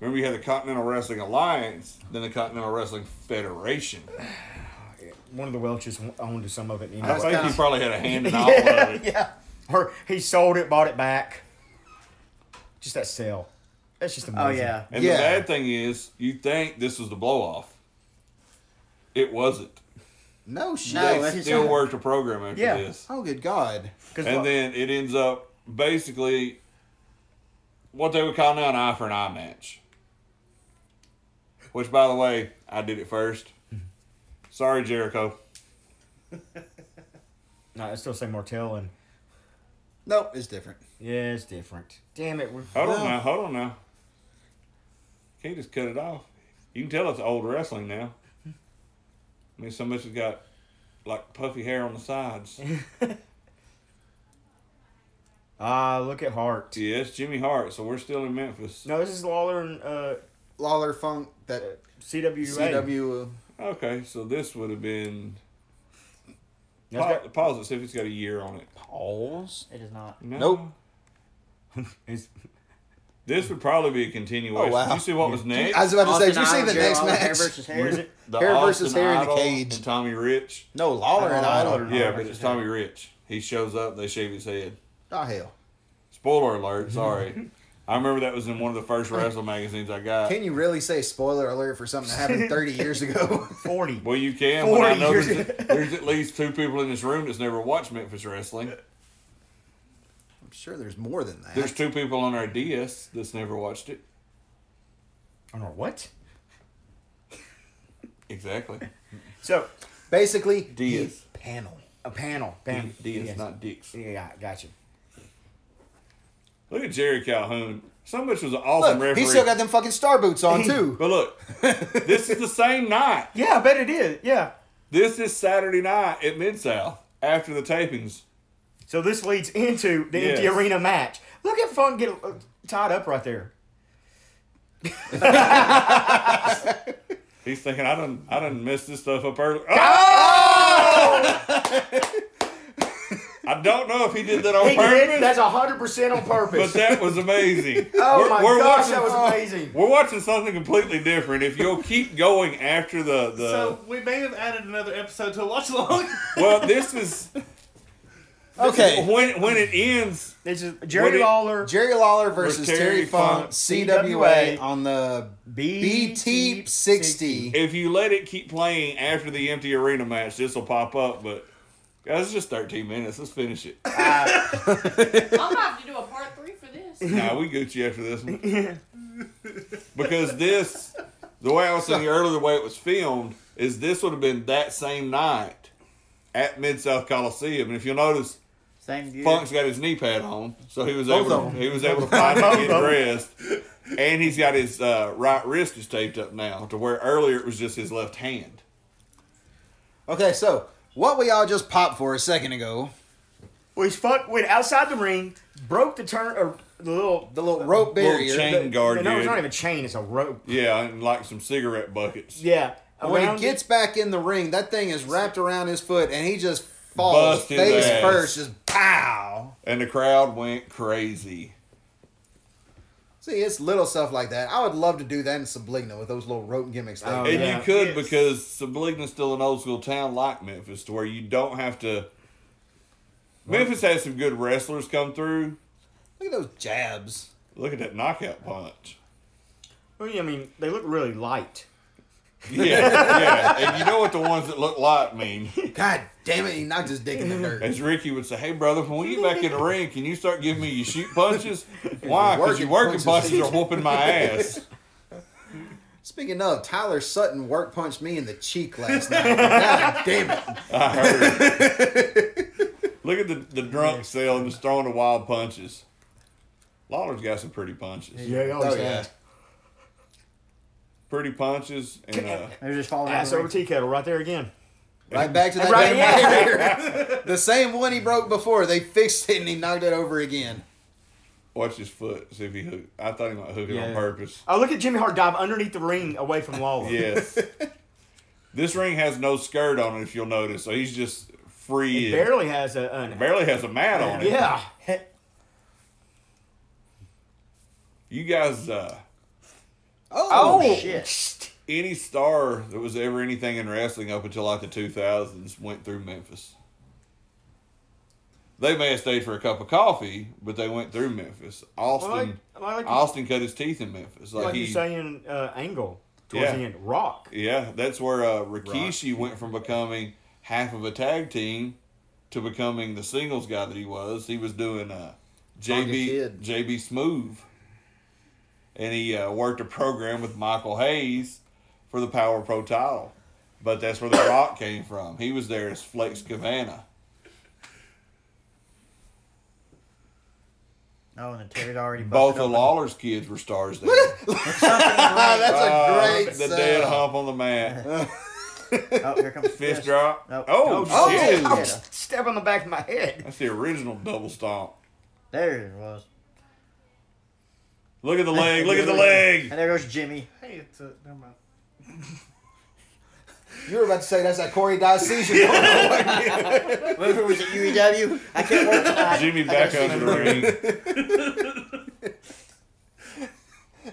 C: Remember, you had the Continental Wrestling Alliance, then the Continental Wrestling Federation.
D: One of the Welches owned some of it. You
C: I
D: know.
C: think he probably had a hand in all <laughs>
D: yeah,
C: of it.
D: <laughs> yeah. Or he sold it, bought it back. Just that sale. That's just amazing.
A: Oh yeah.
C: And
B: Yeah.
C: the bad thing is, you think this was the blow off. It wasn't.
B: No shit.
A: No,
C: They
A: it's-
C: still worked a program after
D: Yeah.
C: this.
B: oh, good God.
D: 'Cause
C: And
D: what-
C: then it ends up basically what they would call now an eye for an eye match. Which, by the way, I did it first. Sorry, Jericho.
D: no, I still say Martel and
B: Nope, it's different.
D: yeah, it's different. Damn it, we're
C: Hold on now. Hold on now. Can't just cut it off. You can tell it's old wrestling now. I mean, so much has got like puffy hair on the
D: <laughs>
C: sides.
D: ah look at Hart.
C: yes, Jimmy Hart. So we're still in Memphis.
D: No, this is Lawler and uh,
B: Lawler Funk,
C: Uh,
B: that
D: CWA.
B: CW.
C: Okay, so this would have been.
D: That's
C: Pa-
D: got-
C: pause it. See if it's got a year on it.
B: Pause.
A: It is not.
C: No.
B: Nope.
D: it's-
C: This would probably be a continuation.
B: Oh, wow.
C: Did you see what was next?
B: I was about to say,
A: Austin
B: did you see
A: Idol,
B: the
A: Jerry
B: next
A: Lawler, hair
B: match?
A: versus hair.
D: where is it?
C: The
B: Hair versus
C: Austin
B: hair in the
C: Idol
B: cage.
C: and Tommy Rich.
B: <laughs> No, Lawler and Idol.
C: yeah,
A: Idol
C: but it's
A: versus
C: Tommy Rich. He shows up. They shave his head.
B: Oh, hell.
C: Spoiler alert. Sorry. I remember that was in one of the first wrestling magazines I got.
B: Can you really say spoiler alert for something that happened 30 years ago? <laughs>
C: <laughs>
D: Forty.
C: Well, you can. When I
D: 40
C: know
D: years.
C: there's, there's at least two people in this room that's never watched Memphis Wrestling.
B: I'm sure there's more than that.
C: There's two people on our DS that's never watched it.
D: I don't know what.
C: Exactly.
D: So
B: Basically,
C: Diaz.
B: the panel.
D: a panel. Bam.
C: DS,
D: Yes.
C: not dicks.
D: Yeah, gotcha.
C: Look at Jerry Calhoun. So much was an awesome
B: Look,
C: referee.
B: he still got them fucking star boots on, too.
C: but look, this is the same night.
D: Yeah, I bet it is. Yeah.
C: This is Saturday night at Mid South after the tapings.
D: So this leads into the empty
C: Yes.
D: arena match. Look at Funk get uh, tied up right there.
C: He's thinking, I done, I done messed this stuff up early. Oh! I don't know if he did that on
D: He
C: purpose.
D: did. That's hundred percent on
C: But
D: purpose.
C: that was amazing.
D: <laughs> oh
C: We're-
D: my
C: we're
D: gosh,
C: watching-
D: that was amazing.
C: We're watching something completely different. If you'll keep going after the the
E: So we may have added another episode to the watch along.
C: well, this is
B: Okay.
C: when when it ends.
D: This is
C: What
D: Jerry
C: it-
D: Lawler,
B: Jerry Lawler versus
C: Terry
B: Terry,
C: Funk,
B: Funk, CWA,
D: CWA,
B: on the
D: BT
B: BT 60.
C: If you let it keep playing after the empty arena match, this will pop up. But guys, it's just thirteen minutes. Let's finish it.
G: I'm gonna have to do a part three for this.
C: Nah, we Gucci after this one because this the way I was saying earlier, the way it was filmed is this would have been that same night at Mid South Coliseum, and if you'll notice.
A: Same year.
C: Funk's got his knee pad on, so he was able
B: of
C: to, he was able to find and get dressed. And he's got his uh, right wrist is taped up now, to where earlier it was just his left hand.
B: Okay, so what we all just popped for a second ago,
D: which Funk went outside the ring, broke the turn or the little.
B: the little rope barrier.
C: Little chain guard,
D: no,
C: dude.
D: it's not even a chain. It's a rope.
C: Yeah, and like some cigarette buckets.
D: Yeah.
B: when
D: around
B: he
D: it.
B: gets back in the ring, that thing is wrapped around his foot and he just falls
C: Bust his
B: face
C: ass.
B: first, just pow.
C: And the crowd went crazy.
B: See, it's little stuff like that. I would love to do that in Subligna with those little rope gimmicks. they
D: Oh,
B: do.
C: And
D: yeah.
C: you could
E: Yes.
C: because Subligna's still an old school town like Memphis, to where you don't have to. Memphis has some good wrestlers come through.
B: Look at those jabs.
C: Look at that knockout
D: <laughs>
C: punch.
D: Well, yeah, I mean, they look really light.
C: Yeah, yeah. And you know what the ones that look like mean.
B: God damn it, he knocked his dick in the
C: <laughs>
B: dirt.
C: As Ricky would say, "Hey brother, when we get back in the ring, can you start giving me your shoot
D: <laughs>
C: punches? Why? Because your working
B: Working punches.
C: punches are whooping my ass."
D: <laughs>
C: <laughs>
B: Speaking of, Tyler Sutton work punched me in the cheek last night. <laughs> God damn it.
C: I
D: <laughs>
C: heard. Look at the the drunk cell and just throwing the wild punches. Lawler's got some pretty punches.
D: Oh, Yeah, he always has.
C: Pretty punches and uh,
A: They're just falling
D: Ass
A: out.
D: over tea kettle right there again.
B: Right back to that
D: Right,
B: damn moderator. <laughs> the same one he broke before. They fixed it and he knocked it over again.
C: watch his foot. See if he hook. I thought he might hook it on
D: Yeah.
C: purpose.
D: Oh, look at Jimmy Hart dive underneath the ring away from Lawler.
C: Yes. this ring has no skirt on it, if you'll notice. So he's just free. Barely,
D: Barely has a. An,
C: has a mat on it.
D: yeah.
C: You guys, uh,
B: Oh,
A: shit.
C: any star that was ever anything in wrestling up until like the 2000s went through Memphis. They may have stayed for a cup of coffee, but they went through Memphis. Austin,
D: Well, I- I like-
C: Austin cut his teeth in Memphis. Like,
D: Like
C: he,
D: you're saying, uh, angle towards
C: Yeah.
D: the end. Rock.
C: Yeah, that's where uh, Rikishi went from becoming half of a tag team to becoming the singles guy that he was. He was doing uh,
B: Funky
C: JB
B: Kid.
C: JB Smooth, and he uh, worked a program with Michael Hayes for the Power Pro title. But that's where The Rock came from. He was there as Flex Cavana.
A: Oh, and the Terry's already
C: Both
A: busted
C: of
A: open.
C: Lawler's kids were stars there.
B: <laughs> that's
C: Uh,
B: a great
C: the
B: sell.
C: dead hump on
B: <laughs>
C: the mat,
A: Oh, here comes the
C: fist drop.
A: Nope.
C: Oh,
A: Oh,
C: shit!
A: shit.
D: Oh, s- Step on the back of my head.
C: That's the original double stomp.
A: There it was.
C: Look at the leg! Look at the leg!
A: <laughs> And there goes Jimmy.
E: Hey, it's a. Never mind.
B: You were about to say that's that Corey Dye's <laughs> seizure.
A: Remember, was it UEW? I <laughs> can't work tonight.
C: Jimmy
A: I gotta
C: back
A: see
C: under
A: my
C: the ring.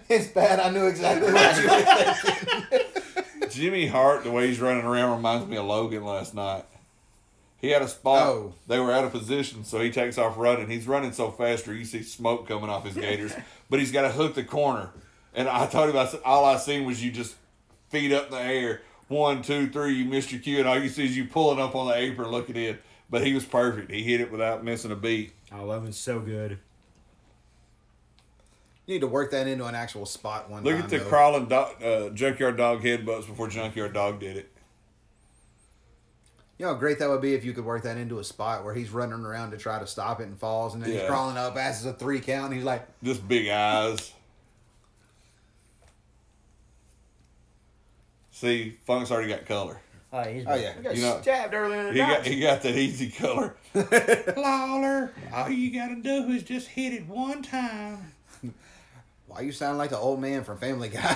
B: it's bad. I knew exactly what you were thinking.
C: Jimmy Hart, the way he's running around, reminds me of Logan last night. He had a spot.
B: Oh.
C: They were out of position, so he takes off running. He's running so fast, or you see smoke coming off
A: <laughs>
C: his gaiters, but he's got to hook the corner. And I told him, I said, all I seen was you just feet up in the air, one, two, three. You missed your cue, and all you see is you pulling up on the apron, looking in. But he was perfect. He hit it without missing a beat.
D: Oh, Logan's so good.
B: You need to work that into an actual spot one
C: Look
B: time.
C: at the
B: though.
C: crawling dog, uh, junkyard dog headbutts before junkyard dog did it.
B: You know how great that would be if you could work that into a spot where he's running around to try to stop it and falls, and then
C: Yeah.
B: he's crawling up, asses a three count, and he's like,
C: Just big eyes. See, Funk's already got color.
A: Oh, he's
B: "Oh yeah,
D: I got
C: You know-
D: stabbed earlier in the
C: He got
D: night.
C: he got that easy
D: <laughs>
C: color. Lawler, all you gotta do is just hit it one time.
B: why you sound like the old man from Family Guy?" <laughs>
C: I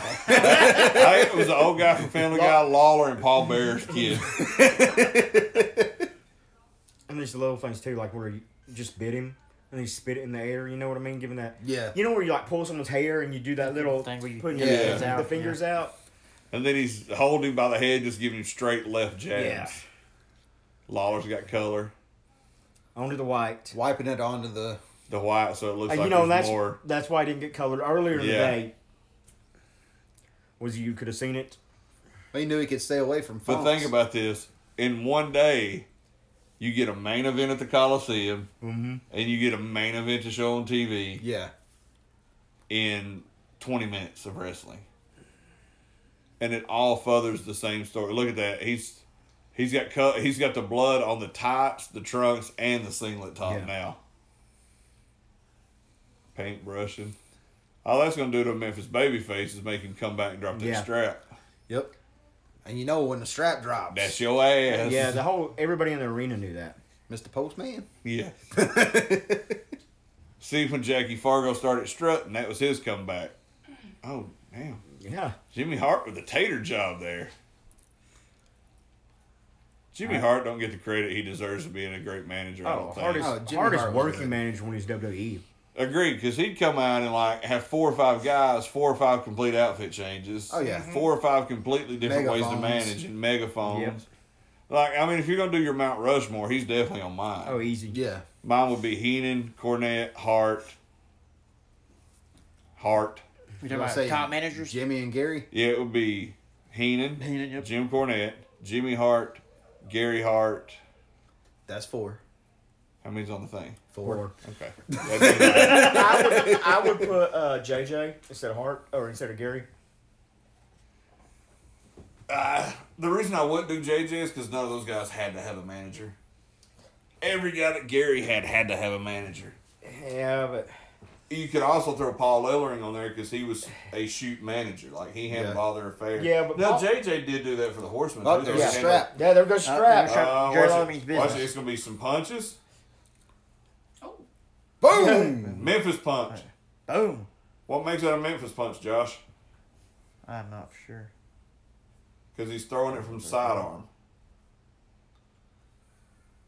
C: think it was the old guy from Family Guy, Lawler, and Paul Bear's kid.
D: and there's the little things too, like where you just bit him and he spit it in the air. You know what I mean? Giving that.
B: Yeah.
D: You know where you like pull someone's hair and you do that little
A: Thing where you
D: putting
A: put
D: your
C: the fingers
D: the
A: out,
D: fingers out.
C: And then he's holding him by the head, just giving him straight left jabs.
D: Yeah.
C: Lawler's got color.
D: Onto the white.
B: Wiping it onto the
C: The white, so it looks like
D: And Uh, you know
C: there's
D: that's
C: more.
D: that's why I didn't get colored earlier in
C: Yeah.
D: the day. Was you could have seen it?
B: But he knew he could stay away from
C: But
B: funks.
C: think about this: in one day, you get a main event at the Coliseum,
D: Mm-hmm.
C: and you get a main event to show on TV
B: yeah,
C: in twenty minutes of wrestling, and it all furthers the same story. Look at that; he's he's got cut, he's got the blood on the tops, the trunks, and the singlet top
D: Yeah.
C: now. Paint brushing. All that's gonna do to a Memphis babyface is make him come back and drop that
D: Yeah.
C: strap.
B: yep. And you know when the strap drops,
C: That's your ass.
D: Yeah, the whole everybody in the arena knew that.
B: Mr. Postman.
C: Yeah. <laughs> See, when Jackie Fargo started strutting, that was his comeback. Oh, damn.
D: Yeah.
C: Jimmy Hart with a tater job there. Jimmy Hart don't get the credit he deserves for being a great manager. I
D: Oh,
C: don't think.
D: hardest,
B: Oh, Jimmy
D: hardest
B: Hart was
D: working
B: good.
D: manager when he's WWE.
C: Agreed, because he'd come out and like have four or five guys, four or five complete outfit changes.
B: Oh, yeah.
C: four or five completely different ways to
B: Megaphones.
C: manage and megaphones.
D: Yep.
C: Like, I mean, if you're gonna do your Mount Rushmore, he's definitely on mine.
D: Oh, easy.
B: Yeah,
C: Mine would be Heenan, Cornette, Hart. Hart.
A: You
B: I'll
A: talking about
B: say
A: top managers?
B: Jimmy and Gary.
C: Yeah, it would be Heenan,
A: Heenan, yep.
C: Jim Cornette, Jimmy Hart, Gary Hart.
B: That's four.
C: How many's on the thing?
B: Four.
C: Okay. <laughs> That's-
D: I would, I would put uh, JJ instead of Hart or instead of Gary.
C: Uh, the reason I wouldn't do JJ is because none of those guys had to have a manager. Every guy that Gary had had to have a manager.
D: Yeah, but
C: you could also throw Paul Ellering on there because he was a shoot manager. Like he handled all their affairs.
D: Yeah, but
C: no,
D: Paul-
C: JJ did do that for the Horsemen.
B: Oh,
C: too.
B: there's
C: They
B: a
C: handled-
B: strap.
D: Yeah, there goes
A: Oh,
D: Strap.
A: there's-
C: Uh,
A: Jerry
C: watch
A: Lawler's
C: it.
A: business.
C: Watch it. It's gonna be some punches.
G: Oh.
B: Boom! <laughs>
C: Memphis punch.
A: Boom.
C: What makes that a Memphis punch, Josh?
A: I'm not sure.
C: Because he's throwing it from sidearm.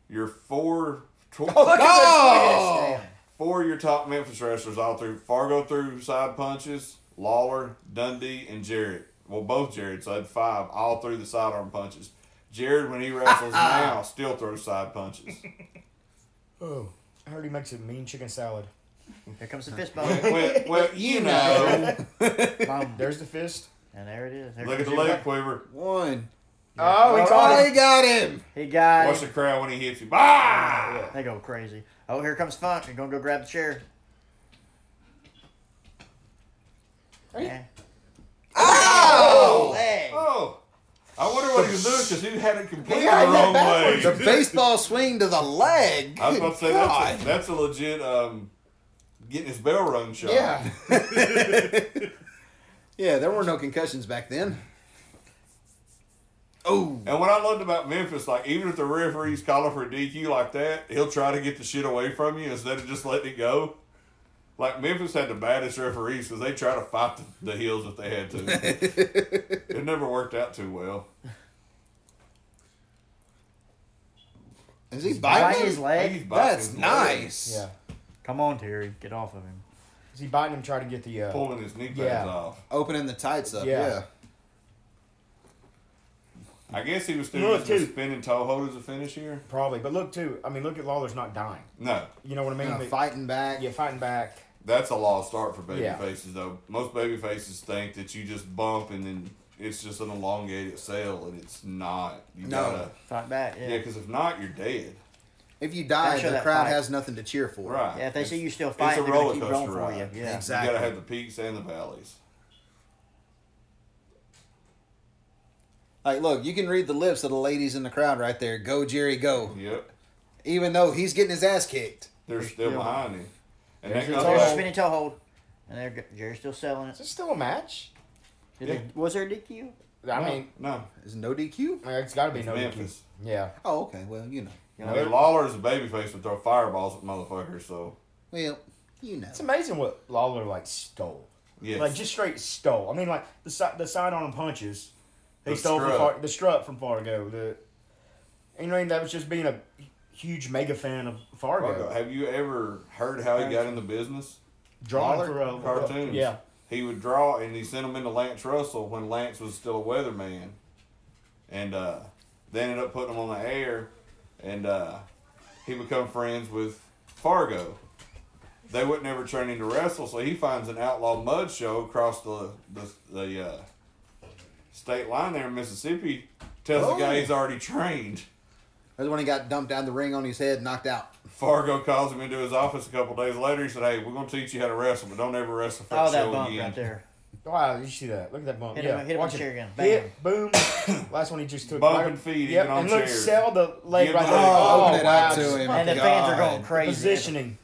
C: Your four, tw-
B: Oh!
C: four of your top Memphis wrestlers all through Fargo through side punches, Lawler, Dundee, and Jared. Well, both Jared, so I had five all through the sidearm punches. Jared, when he <laughs> wrestles now, still throws side punches.
D: Oh, I heard he makes a mean chicken salad.
A: Here comes the fist bump.
C: well, well, <laughs> you know.
A: Boom.
D: There's the fist.
A: And there it is. There
C: Look at
A: goes
C: the
A: your
C: leg
A: back.
C: quiver.
B: <laughs> One.
D: Oh, he
B: Oh,
D: caught
B: he
D: it.
B: got him.
A: He got
C: Watch
A: it.
C: the crowd when he hits you. Bah!
A: They go crazy. Oh, here comes Funk. You're gonna go grab the chair. Yeah. Oh! Leg.
C: Oh, I wonder what he was doing because he had it completely
B: Yeah,
C: the
B: he
C: wrong
B: went
C: way.
B: backwards. The baseball swing to the leg.
C: <laughs> I was about to say
B: God.
C: that's a, that's a legit um, getting his bell rung shot.
B: Yeah. <laughs> yeah, there were no concussions back then. Oh.
C: And what I loved about Memphis, like even if the referee's calling for a DQ like that, he'll try to get the shit away from you instead of just letting it go. Like Memphis had the baddest referees because they try to fight the, the heels if they had
B: <laughs>
C: to. it never worked out too well.
B: Is he biting?
A: Bite his
B: him?
C: I think he's
A: leg.
C: biting
B: That's
C: his leg,
B: nice.
D: Yeah.
A: Come on, Terry. Get off of him.
D: Is he biting him trying to get the. Uh,
C: Pulling his knee pads
D: Yeah.
C: off.
B: Opening the tights up.
D: Yeah.
B: Yeah.
C: I guess he was still
E: No,
C: using
E: too.
C: spinning toe hold as a finish here.
D: Probably. But look, too. I mean, look at Lawler's not dying.
C: No,
D: You know what I mean?
B: Kinda
D: But-
B: fighting back.
D: Yeah, fighting back.
C: That's a lost start for baby
D: Yeah.
C: faces, though. Most baby faces think that you just bump and then it's just an elongated sail, and it's not. You
B: No.
C: gotta,
A: Fight back.
C: yeah,
A: Yeah.
C: because if not, you're dead.
B: If you die,
A: Don't show
B: the
A: that
B: crowd
A: fight.
B: has nothing to cheer for.
C: Right.
A: Yeah. If they see you still
C: It's
A: fighting,
C: a
A: they're gonna
C: roller
A: keep
C: coaster
A: going for you.
C: ride.
A: Yeah.
B: Exactly.
C: You gotta have the peaks and the valleys.
B: Like, look, you can read the lips of the ladies in the crowd right there. Go, Jerry, go.
C: Yep.
B: Even though he's getting his ass kicked.
C: They're still behind him. And that
A: There's
C: goes
A: a
C: back.
A: spinning toe hold. And there, go- Jerry's still selling
D: Is
A: it.
D: this still a match?
A: Did they- was there a DQ?
D: I
C: No,
D: mean,
C: no.
B: There's no DQ.
D: uh, it's got to be
C: It's
D: no
C: Memphis.
D: DQ. Yeah.
B: Oh, okay. Well, you know.
C: I mean, Lawler's a babyface would throw fireballs at motherfuckers, so.
B: Well, you know.
D: It's amazing what Lawler, like, stole.
C: Yes.
D: Like, just straight stole. I mean, like, the, si- the sidearm punches. He
C: The
D: stole from
C: strut.
D: Far- the strut from Fargo. The, you know, what I mean? that was just being a huge mega fan of Fargo.
C: Fargo, have you ever heard how he got in the business?
D: Drawing
B: Lawler?
D: for a,
C: cartoons.
D: Yeah.
C: He would draw and he sent them into Lance Russell when Lance was still a weatherman. And uh, they ended up putting him on the air and uh, he become friends with Fargo. They wouldn't ever train him to wrestle, so he finds an outlaw mud show across the the, the uh, state line there in Mississippi. Tells the
A: Oh.
C: guy he's already trained.
B: That's when he got dumped down the ring on his head, knocked out.
C: Fargo calls him into his office a couple days later. He said, "Hey, we're gonna teach you how to wrestle, but don't ever wrestle for
A: Oh,
C: the show
A: that bump
C: again."
A: right there.
D: Wow, you see that? Look at that bump.
A: Hit him-
D: yeah,
A: hit him
D: watch
A: with
D: it.
A: chair again.
D: Hit, boom.
C: <coughs>
D: Last one he just took.
C: Bump and feed,
D: Yep,
C: even on
D: and look,
C: chairs.
D: sell the leg
C: Give
D: right
C: it
D: there.
C: up.
D: Oh,
B: Open it
D: wow,
B: up to
D: just
B: him.
A: And the
B: God.
A: fans are going crazy.
D: Positioning.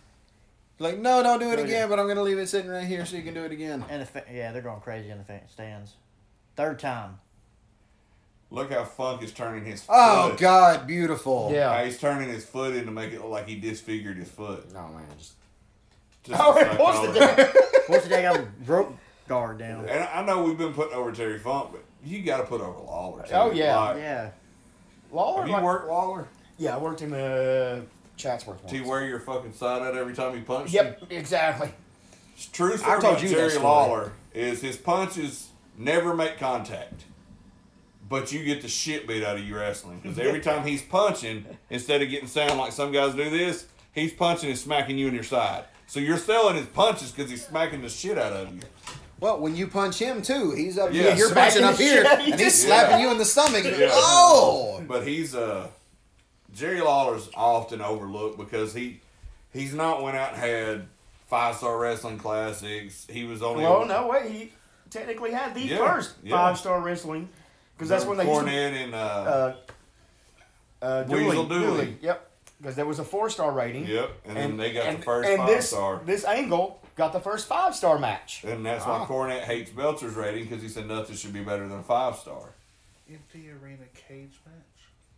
B: Like, no, don't do it
A: Do it
B: again, but I'm going to leave it sitting right here so you can do it again.
A: And the fa- yeah, they're going crazy in the fan stands. Third time.
C: Look how Funk is turning his.
B: Oh,
C: foot.
B: God, beautiful.
C: How
D: Yeah.
C: he's turning his foot in to make it look like he disfigured his foot.
D: No man, just
C: Just
D: Oh,
C: to
D: it
C: suck
D: was
C: all
D: the
C: that.
A: What's the day I <laughs> rope guard down?
C: <laughs> And I know we've been putting over Terry Funk, but you got to put over Lawler. Too.
D: Oh, yeah.
C: Like,
A: Yeah.
D: Lawler.
C: Have you
D: like-
C: worked Lawler?
D: yeah, I worked in uh, Chatsworth.
C: Do you
D: Once.
C: wear your fucking side out every time he punches?
D: Yep, exactly.
C: True story
B: I told
C: about
B: you that
C: Jerry
B: story.
C: Lawler is his punches never make contact, but you get the shit beat out of you wrestling because every time he's punching, instead of getting sound like some guys do this, he's punching and smacking you in your side. So you're selling his punches because he's smacking the shit out of you.
B: Well, when you punch him, too, he's up
C: Yeah,
B: here. You're
D: smacking
B: punching up
D: the
B: here,
D: shit out of you.
B: and he's slapping
C: Yeah.
B: you in the stomach.
C: Yeah.
B: Oh!
C: But he's uh Jerry Lawler's often overlooked because he he's not went out and had five star wrestling classics. He was only
D: Well, no way. He technically had the
C: Yeah,
D: first
C: yeah.
D: five star wrestling because that's when they used Uh,
C: Cornette
D: to,
C: and uh,
D: uh, uh,
C: Weasel
D: Dooley,
C: Dooley.
D: Yep. because there was a four star rating.
C: Yep, and, then they got
D: and-
C: the first
D: and
C: five
D: this,
C: star.
D: This angle got the first five star match.
C: And that's
D: Ah.
C: why Cornette hates Belcher's rating because he said nothing should be better than a five star.
E: Empty arena cage match.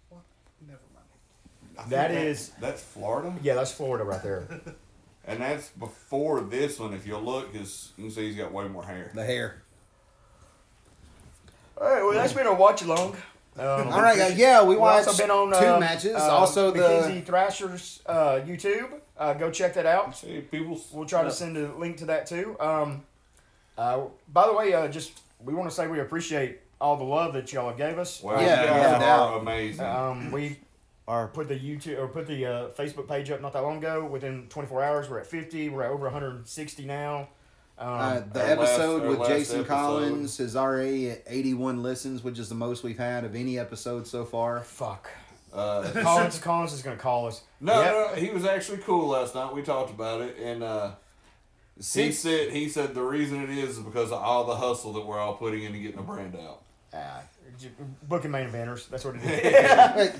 E: What? Never mind.
D: That is,
C: That's Florida,
D: yeah, that's Florida
C: <laughs>
D: right there.
C: and that's before this one. If you look, because you can see he's got way more hair.
B: The hair.
D: All right, well, that's been our watch along. Um,
B: All right, guys. Yeah, we
D: We've
B: watched
D: also been on
B: two
D: uh,
B: matches.
D: uh,
B: also, the
D: McKenzie Thrasher's uh, YouTube. Uh, go check that out.
C: See, people.
D: We'll try to send a link to that too. Um, uh, by the way, uh, just we want to say we appreciate all the love that y'all have gave us.
C: Well,
B: Yeah,
C: you
B: no
C: guys
B: doubt.
C: are amazing.
D: Um, we are put the YouTube or put the uh, Facebook page up not that long ago. Within 24 hours, we're at 50. We're at over 160 now. Um,
B: uh, the
C: our last-
B: episode
C: our
B: with
C: last
B: Jason
C: episode.
B: Collins is already at 81 listens, which is the most we've had of any episode so far. <laughs>
D: fuck.
C: Uh,
D: Collins, Collins is gonna call us.
C: No,
D: Yep.
C: no, he was actually cool last night. We talked about it, and uh, he said he said the reason it is is because of all the hustle that we're all putting into getting the brand out.
D: Ah, j- booking main eventers. That's what it is.
B: <laughs> Wait,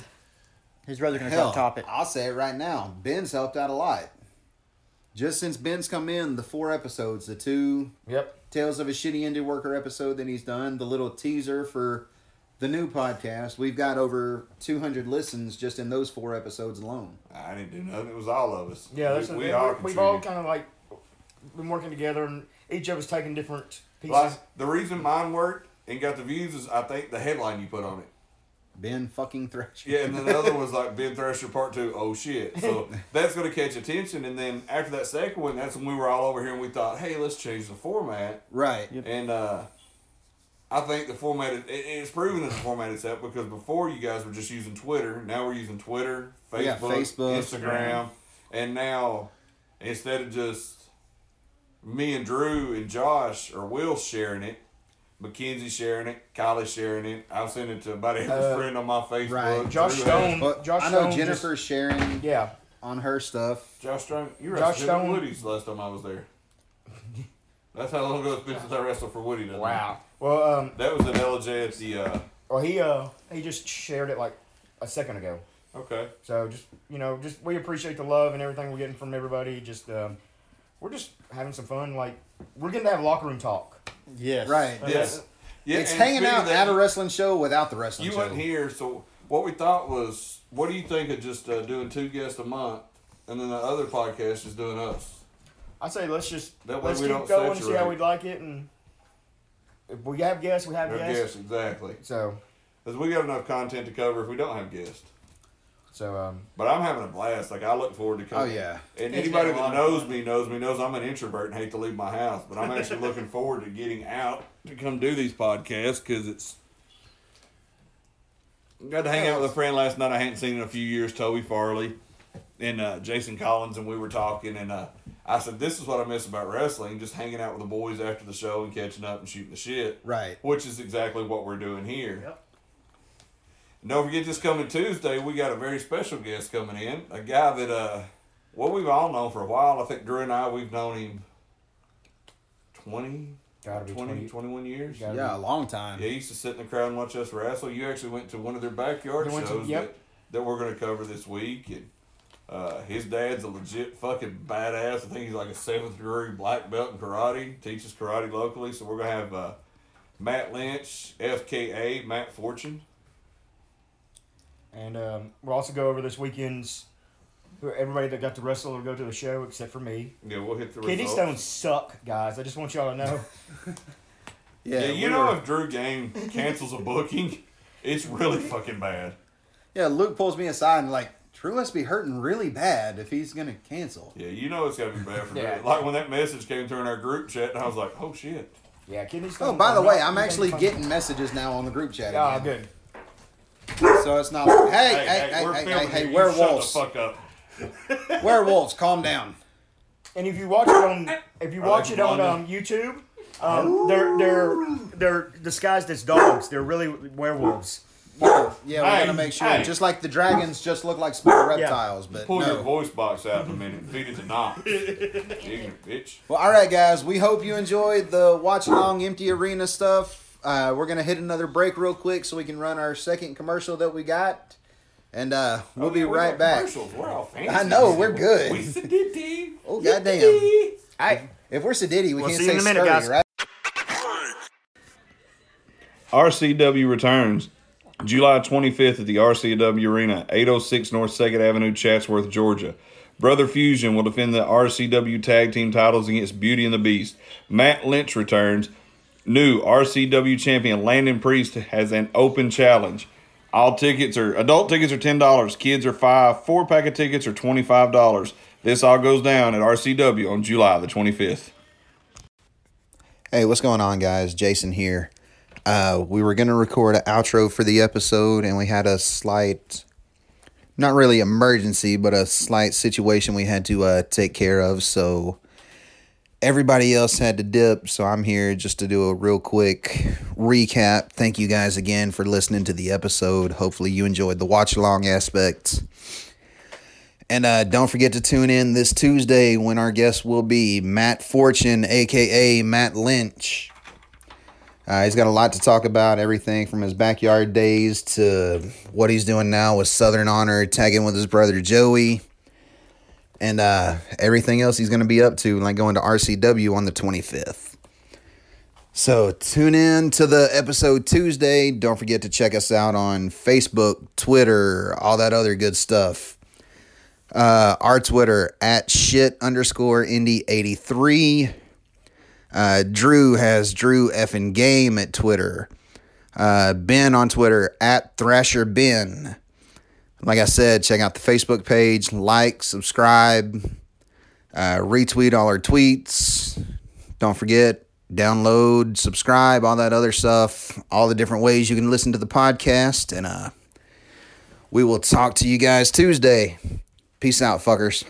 A: His brother's gonna
B: hell,
A: top top it.
B: I'll say it right now. Ben's helped out a lot. Just since Ben's come in, the four episodes, the two
D: Yep.
B: Tales of a Shitty Indie Worker episode that he's done, the little teaser for the new podcast. We've got over 200 listens just in those four episodes alone.
C: I didn't do nothing. It was all of us.
D: Yeah, that's
C: we,
D: we,
C: we all
D: we've all
C: contributed.
D: kind of like been working together, and each of us taking different pieces.
C: Like, the reason mine worked and got the views is I think the headline you put on it.
B: Ben fucking Thresher.
C: Yeah, and then the other one's like Ben Thrasher Part Two. Oh shit! So that's gonna catch attention, and then after that second one, that's when we were all over here and we thought, hey, let's change the format.
B: Right.
C: And uh, I think the format is, it, it's proven that the format is up because before you guys were just using Twitter. Now we're using Twitter, Facebook,
B: Yeah, Facebook,
C: Instagram, and now instead of just me and Drew and Josh or Will sharing it, Mackenzie sharing it, Kylie sharing it. I've sent it to about every friend on my Facebook.
B: Uh, right.
D: Josh
C: Drew
D: Stone.
C: has-
B: But
D: Josh
B: I know
D: Stone just-
B: Jennifer's sharing
D: yeah.
B: on her stuff.
C: Josh Stone. You
D: Josh
C: wrestled
D: Stone.
C: Stone. Woody's last time I was there. That's how long ago it's been since I wrestled for Woody. doesn't it?
D: Well, um,
C: That was an LJ at the. Uh,
D: well, he uh, he just shared it like a second ago.
C: okay.
D: So just you know, just we appreciate the love and everything we're getting from everybody. Just um, we're just having some fun. Like we're getting to have locker room talk.
A: Yes.
B: Right.
C: Yes. Yeah,
B: it's
C: and
B: hanging
C: speaking
B: out
C: of that,
B: at a wrestling show without the wrestling
C: You
B: show.
C: weren't here, so what we thought was, what do you think of just uh, doing two guests a month, and then the other podcast is doing us?
D: I say let's just
C: That way
D: let's
C: we
D: keep
C: don't
D: going and see how
C: saturate.
D: we like it, and if we have guests, we have
C: No
D: guests.
C: guests, exactly.
D: So
C: Because we got enough content to cover if we don't have guests.
D: so um,
C: But I'm having a blast. Like I look forward to coming.
B: Oh, yeah.
C: And
E: It's
C: anybody
E: been a
C: that
E: lot of
C: knows
E: fun.
C: me knows me knows I'm an introvert and hate to leave my house. But I'm actually looking forward to getting out to come do these podcasts because it's. Got to hang out with a friend last night I hadn't seen in a few years, Toby Farley, and uh, Jason Collins, and we were talking, and uh, I said, "This is what I miss about wrestling: just hanging out with the boys after the show and catching up and shooting the shit."
B: Right.
C: Which is exactly what we're doing here.
E: Yep.
C: And don't forget this coming Tuesday, we got a very special guest coming in. A guy that uh well we've all known for a while. I think Drew and I we've known him 20,
D: gotta be
C: 20,
D: 20,
C: 21 years.
D: gotta
B: Yeah, a long time.
C: Yeah, he used to sit in the crowd and watch us wrestle. You actually went to one of their backyard
D: They went
C: shows
D: to- yep.
C: that, that we're gonna cover this week and uh, his dad's a legit fucking badass. I think he's like a seventh degree black belt in karate. Teaches karate locally, so we're gonna have uh, Matt Lynch, FKA Matt Fortune.
D: And um, we'll also go over this weekend's who- everybody that got to wrestle or go to the show except for me.
C: Yeah, we'll hit the
D: Kidney
C: results.
D: stones suck, guys. I just want y'all to
C: <laughs>
D: know.
B: Yeah,
C: Yeah, you
B: we
C: know
B: were-
C: if Drew Game cancels a booking, it's really fucking bad.
B: yeah, Luke pulls me aside and like, Drew must be hurting really bad if he's gonna cancel.
C: Yeah, you know it's gotta be bad
B: <laughs>
C: for
D: Yeah.
C: Drew. Like when that message came through in our group chat, and I was like, oh shit.
D: yeah, kidney stones.
B: Oh, by the
D: are
B: way,
D: not-
B: I'm
D: they
B: actually
D: fucking-
B: getting messages now on the group chat.
C: Oh,
D: Ah,
B: Again,
D: good.
B: so it's not. Like, hey, hey, hey,
C: we're
B: hey, hey,
C: filming
B: hey,
C: here. You
B: werewolves,
C: Shut the fuck up.
B: werewolves, calm down.
D: And if you watch it on if you
C: Are
D: watch
C: they
D: it on
C: London?
D: um, YouTube, um, they're they're they're disguised as dogs. They're really werewolves.
B: Yeah, we're
C: Hey,
B: gonna make sure.
C: hey.
B: Just like the dragons, just look like small reptiles, but
C: Pull your
B: no.
C: voice box out for a minute. and Feed it
B: <laughs>
C: to Knox. Ignorant bitch.
B: Well, all right, guys. We hope you enjoyed the watch along empty arena stuff. Uh, we're gonna hit another break real quick so we can run our second commercial that we got. And uh, we'll
C: Oh,
B: be
C: yeah, we
B: right
C: got
B: back.
C: commercials. We're all fancy.
B: I know, we're good.
C: We sedity.
B: Oh, goddamn.
D: Hey,
B: If we're sedity, we
D: We'll
B: can't
D: see you
B: say
D: in a minute,
B: sturdy,
D: guys.
B: right?
C: RCW returns July 25th at the RCW Arena, 806 North 2nd Avenue, Chatsworth, Georgia. Brother Fusion will defend the RCW tag team titles against Beauty and the Beast. Matt Lynch returns. New RCW champion Landon Priest has an open challenge. All tickets are adult tickets are ten dollars, kids are five, four pack of tickets are twenty five dollars. This all goes down at RCW on July the twenty fifth.
B: Hey, what's going on, guys? Jason here. Uh, we were going to record an outro for the episode, and we had a slight, not really emergency, but a slight situation we had to uh, take care of. So everybody else had to dip. So I'm here just to do a real quick recap. Thank you guys again for listening to the episode. Hopefully, you enjoyed the watch along aspect. And uh, don't forget to tune in this Tuesday when our guest will be Matt Fortune, aka Matt Lynch. Uh, he's got a lot to talk about, everything from his backyard days to what he's doing now with Southern Honor, tagging with his brother Joey, and uh, everything else he's going to be up to, like going to RCW on the 25th. So tune in to the episode Tuesday. Don't forget to check us out on Facebook, Twitter, all that other good stuff uh, our Twitter at shit underscore indie 83. Uh, Drew has Drew effing game at Twitter. Uh, ben on Twitter at Thrasher Ben. Like I said, check out the Facebook page, like, subscribe, uh, retweet all our tweets. Don't forget, download, subscribe, all that other stuff, all the different ways you can listen to the podcast. And uh, we will talk to you guys Tuesday. Peace out, fuckers.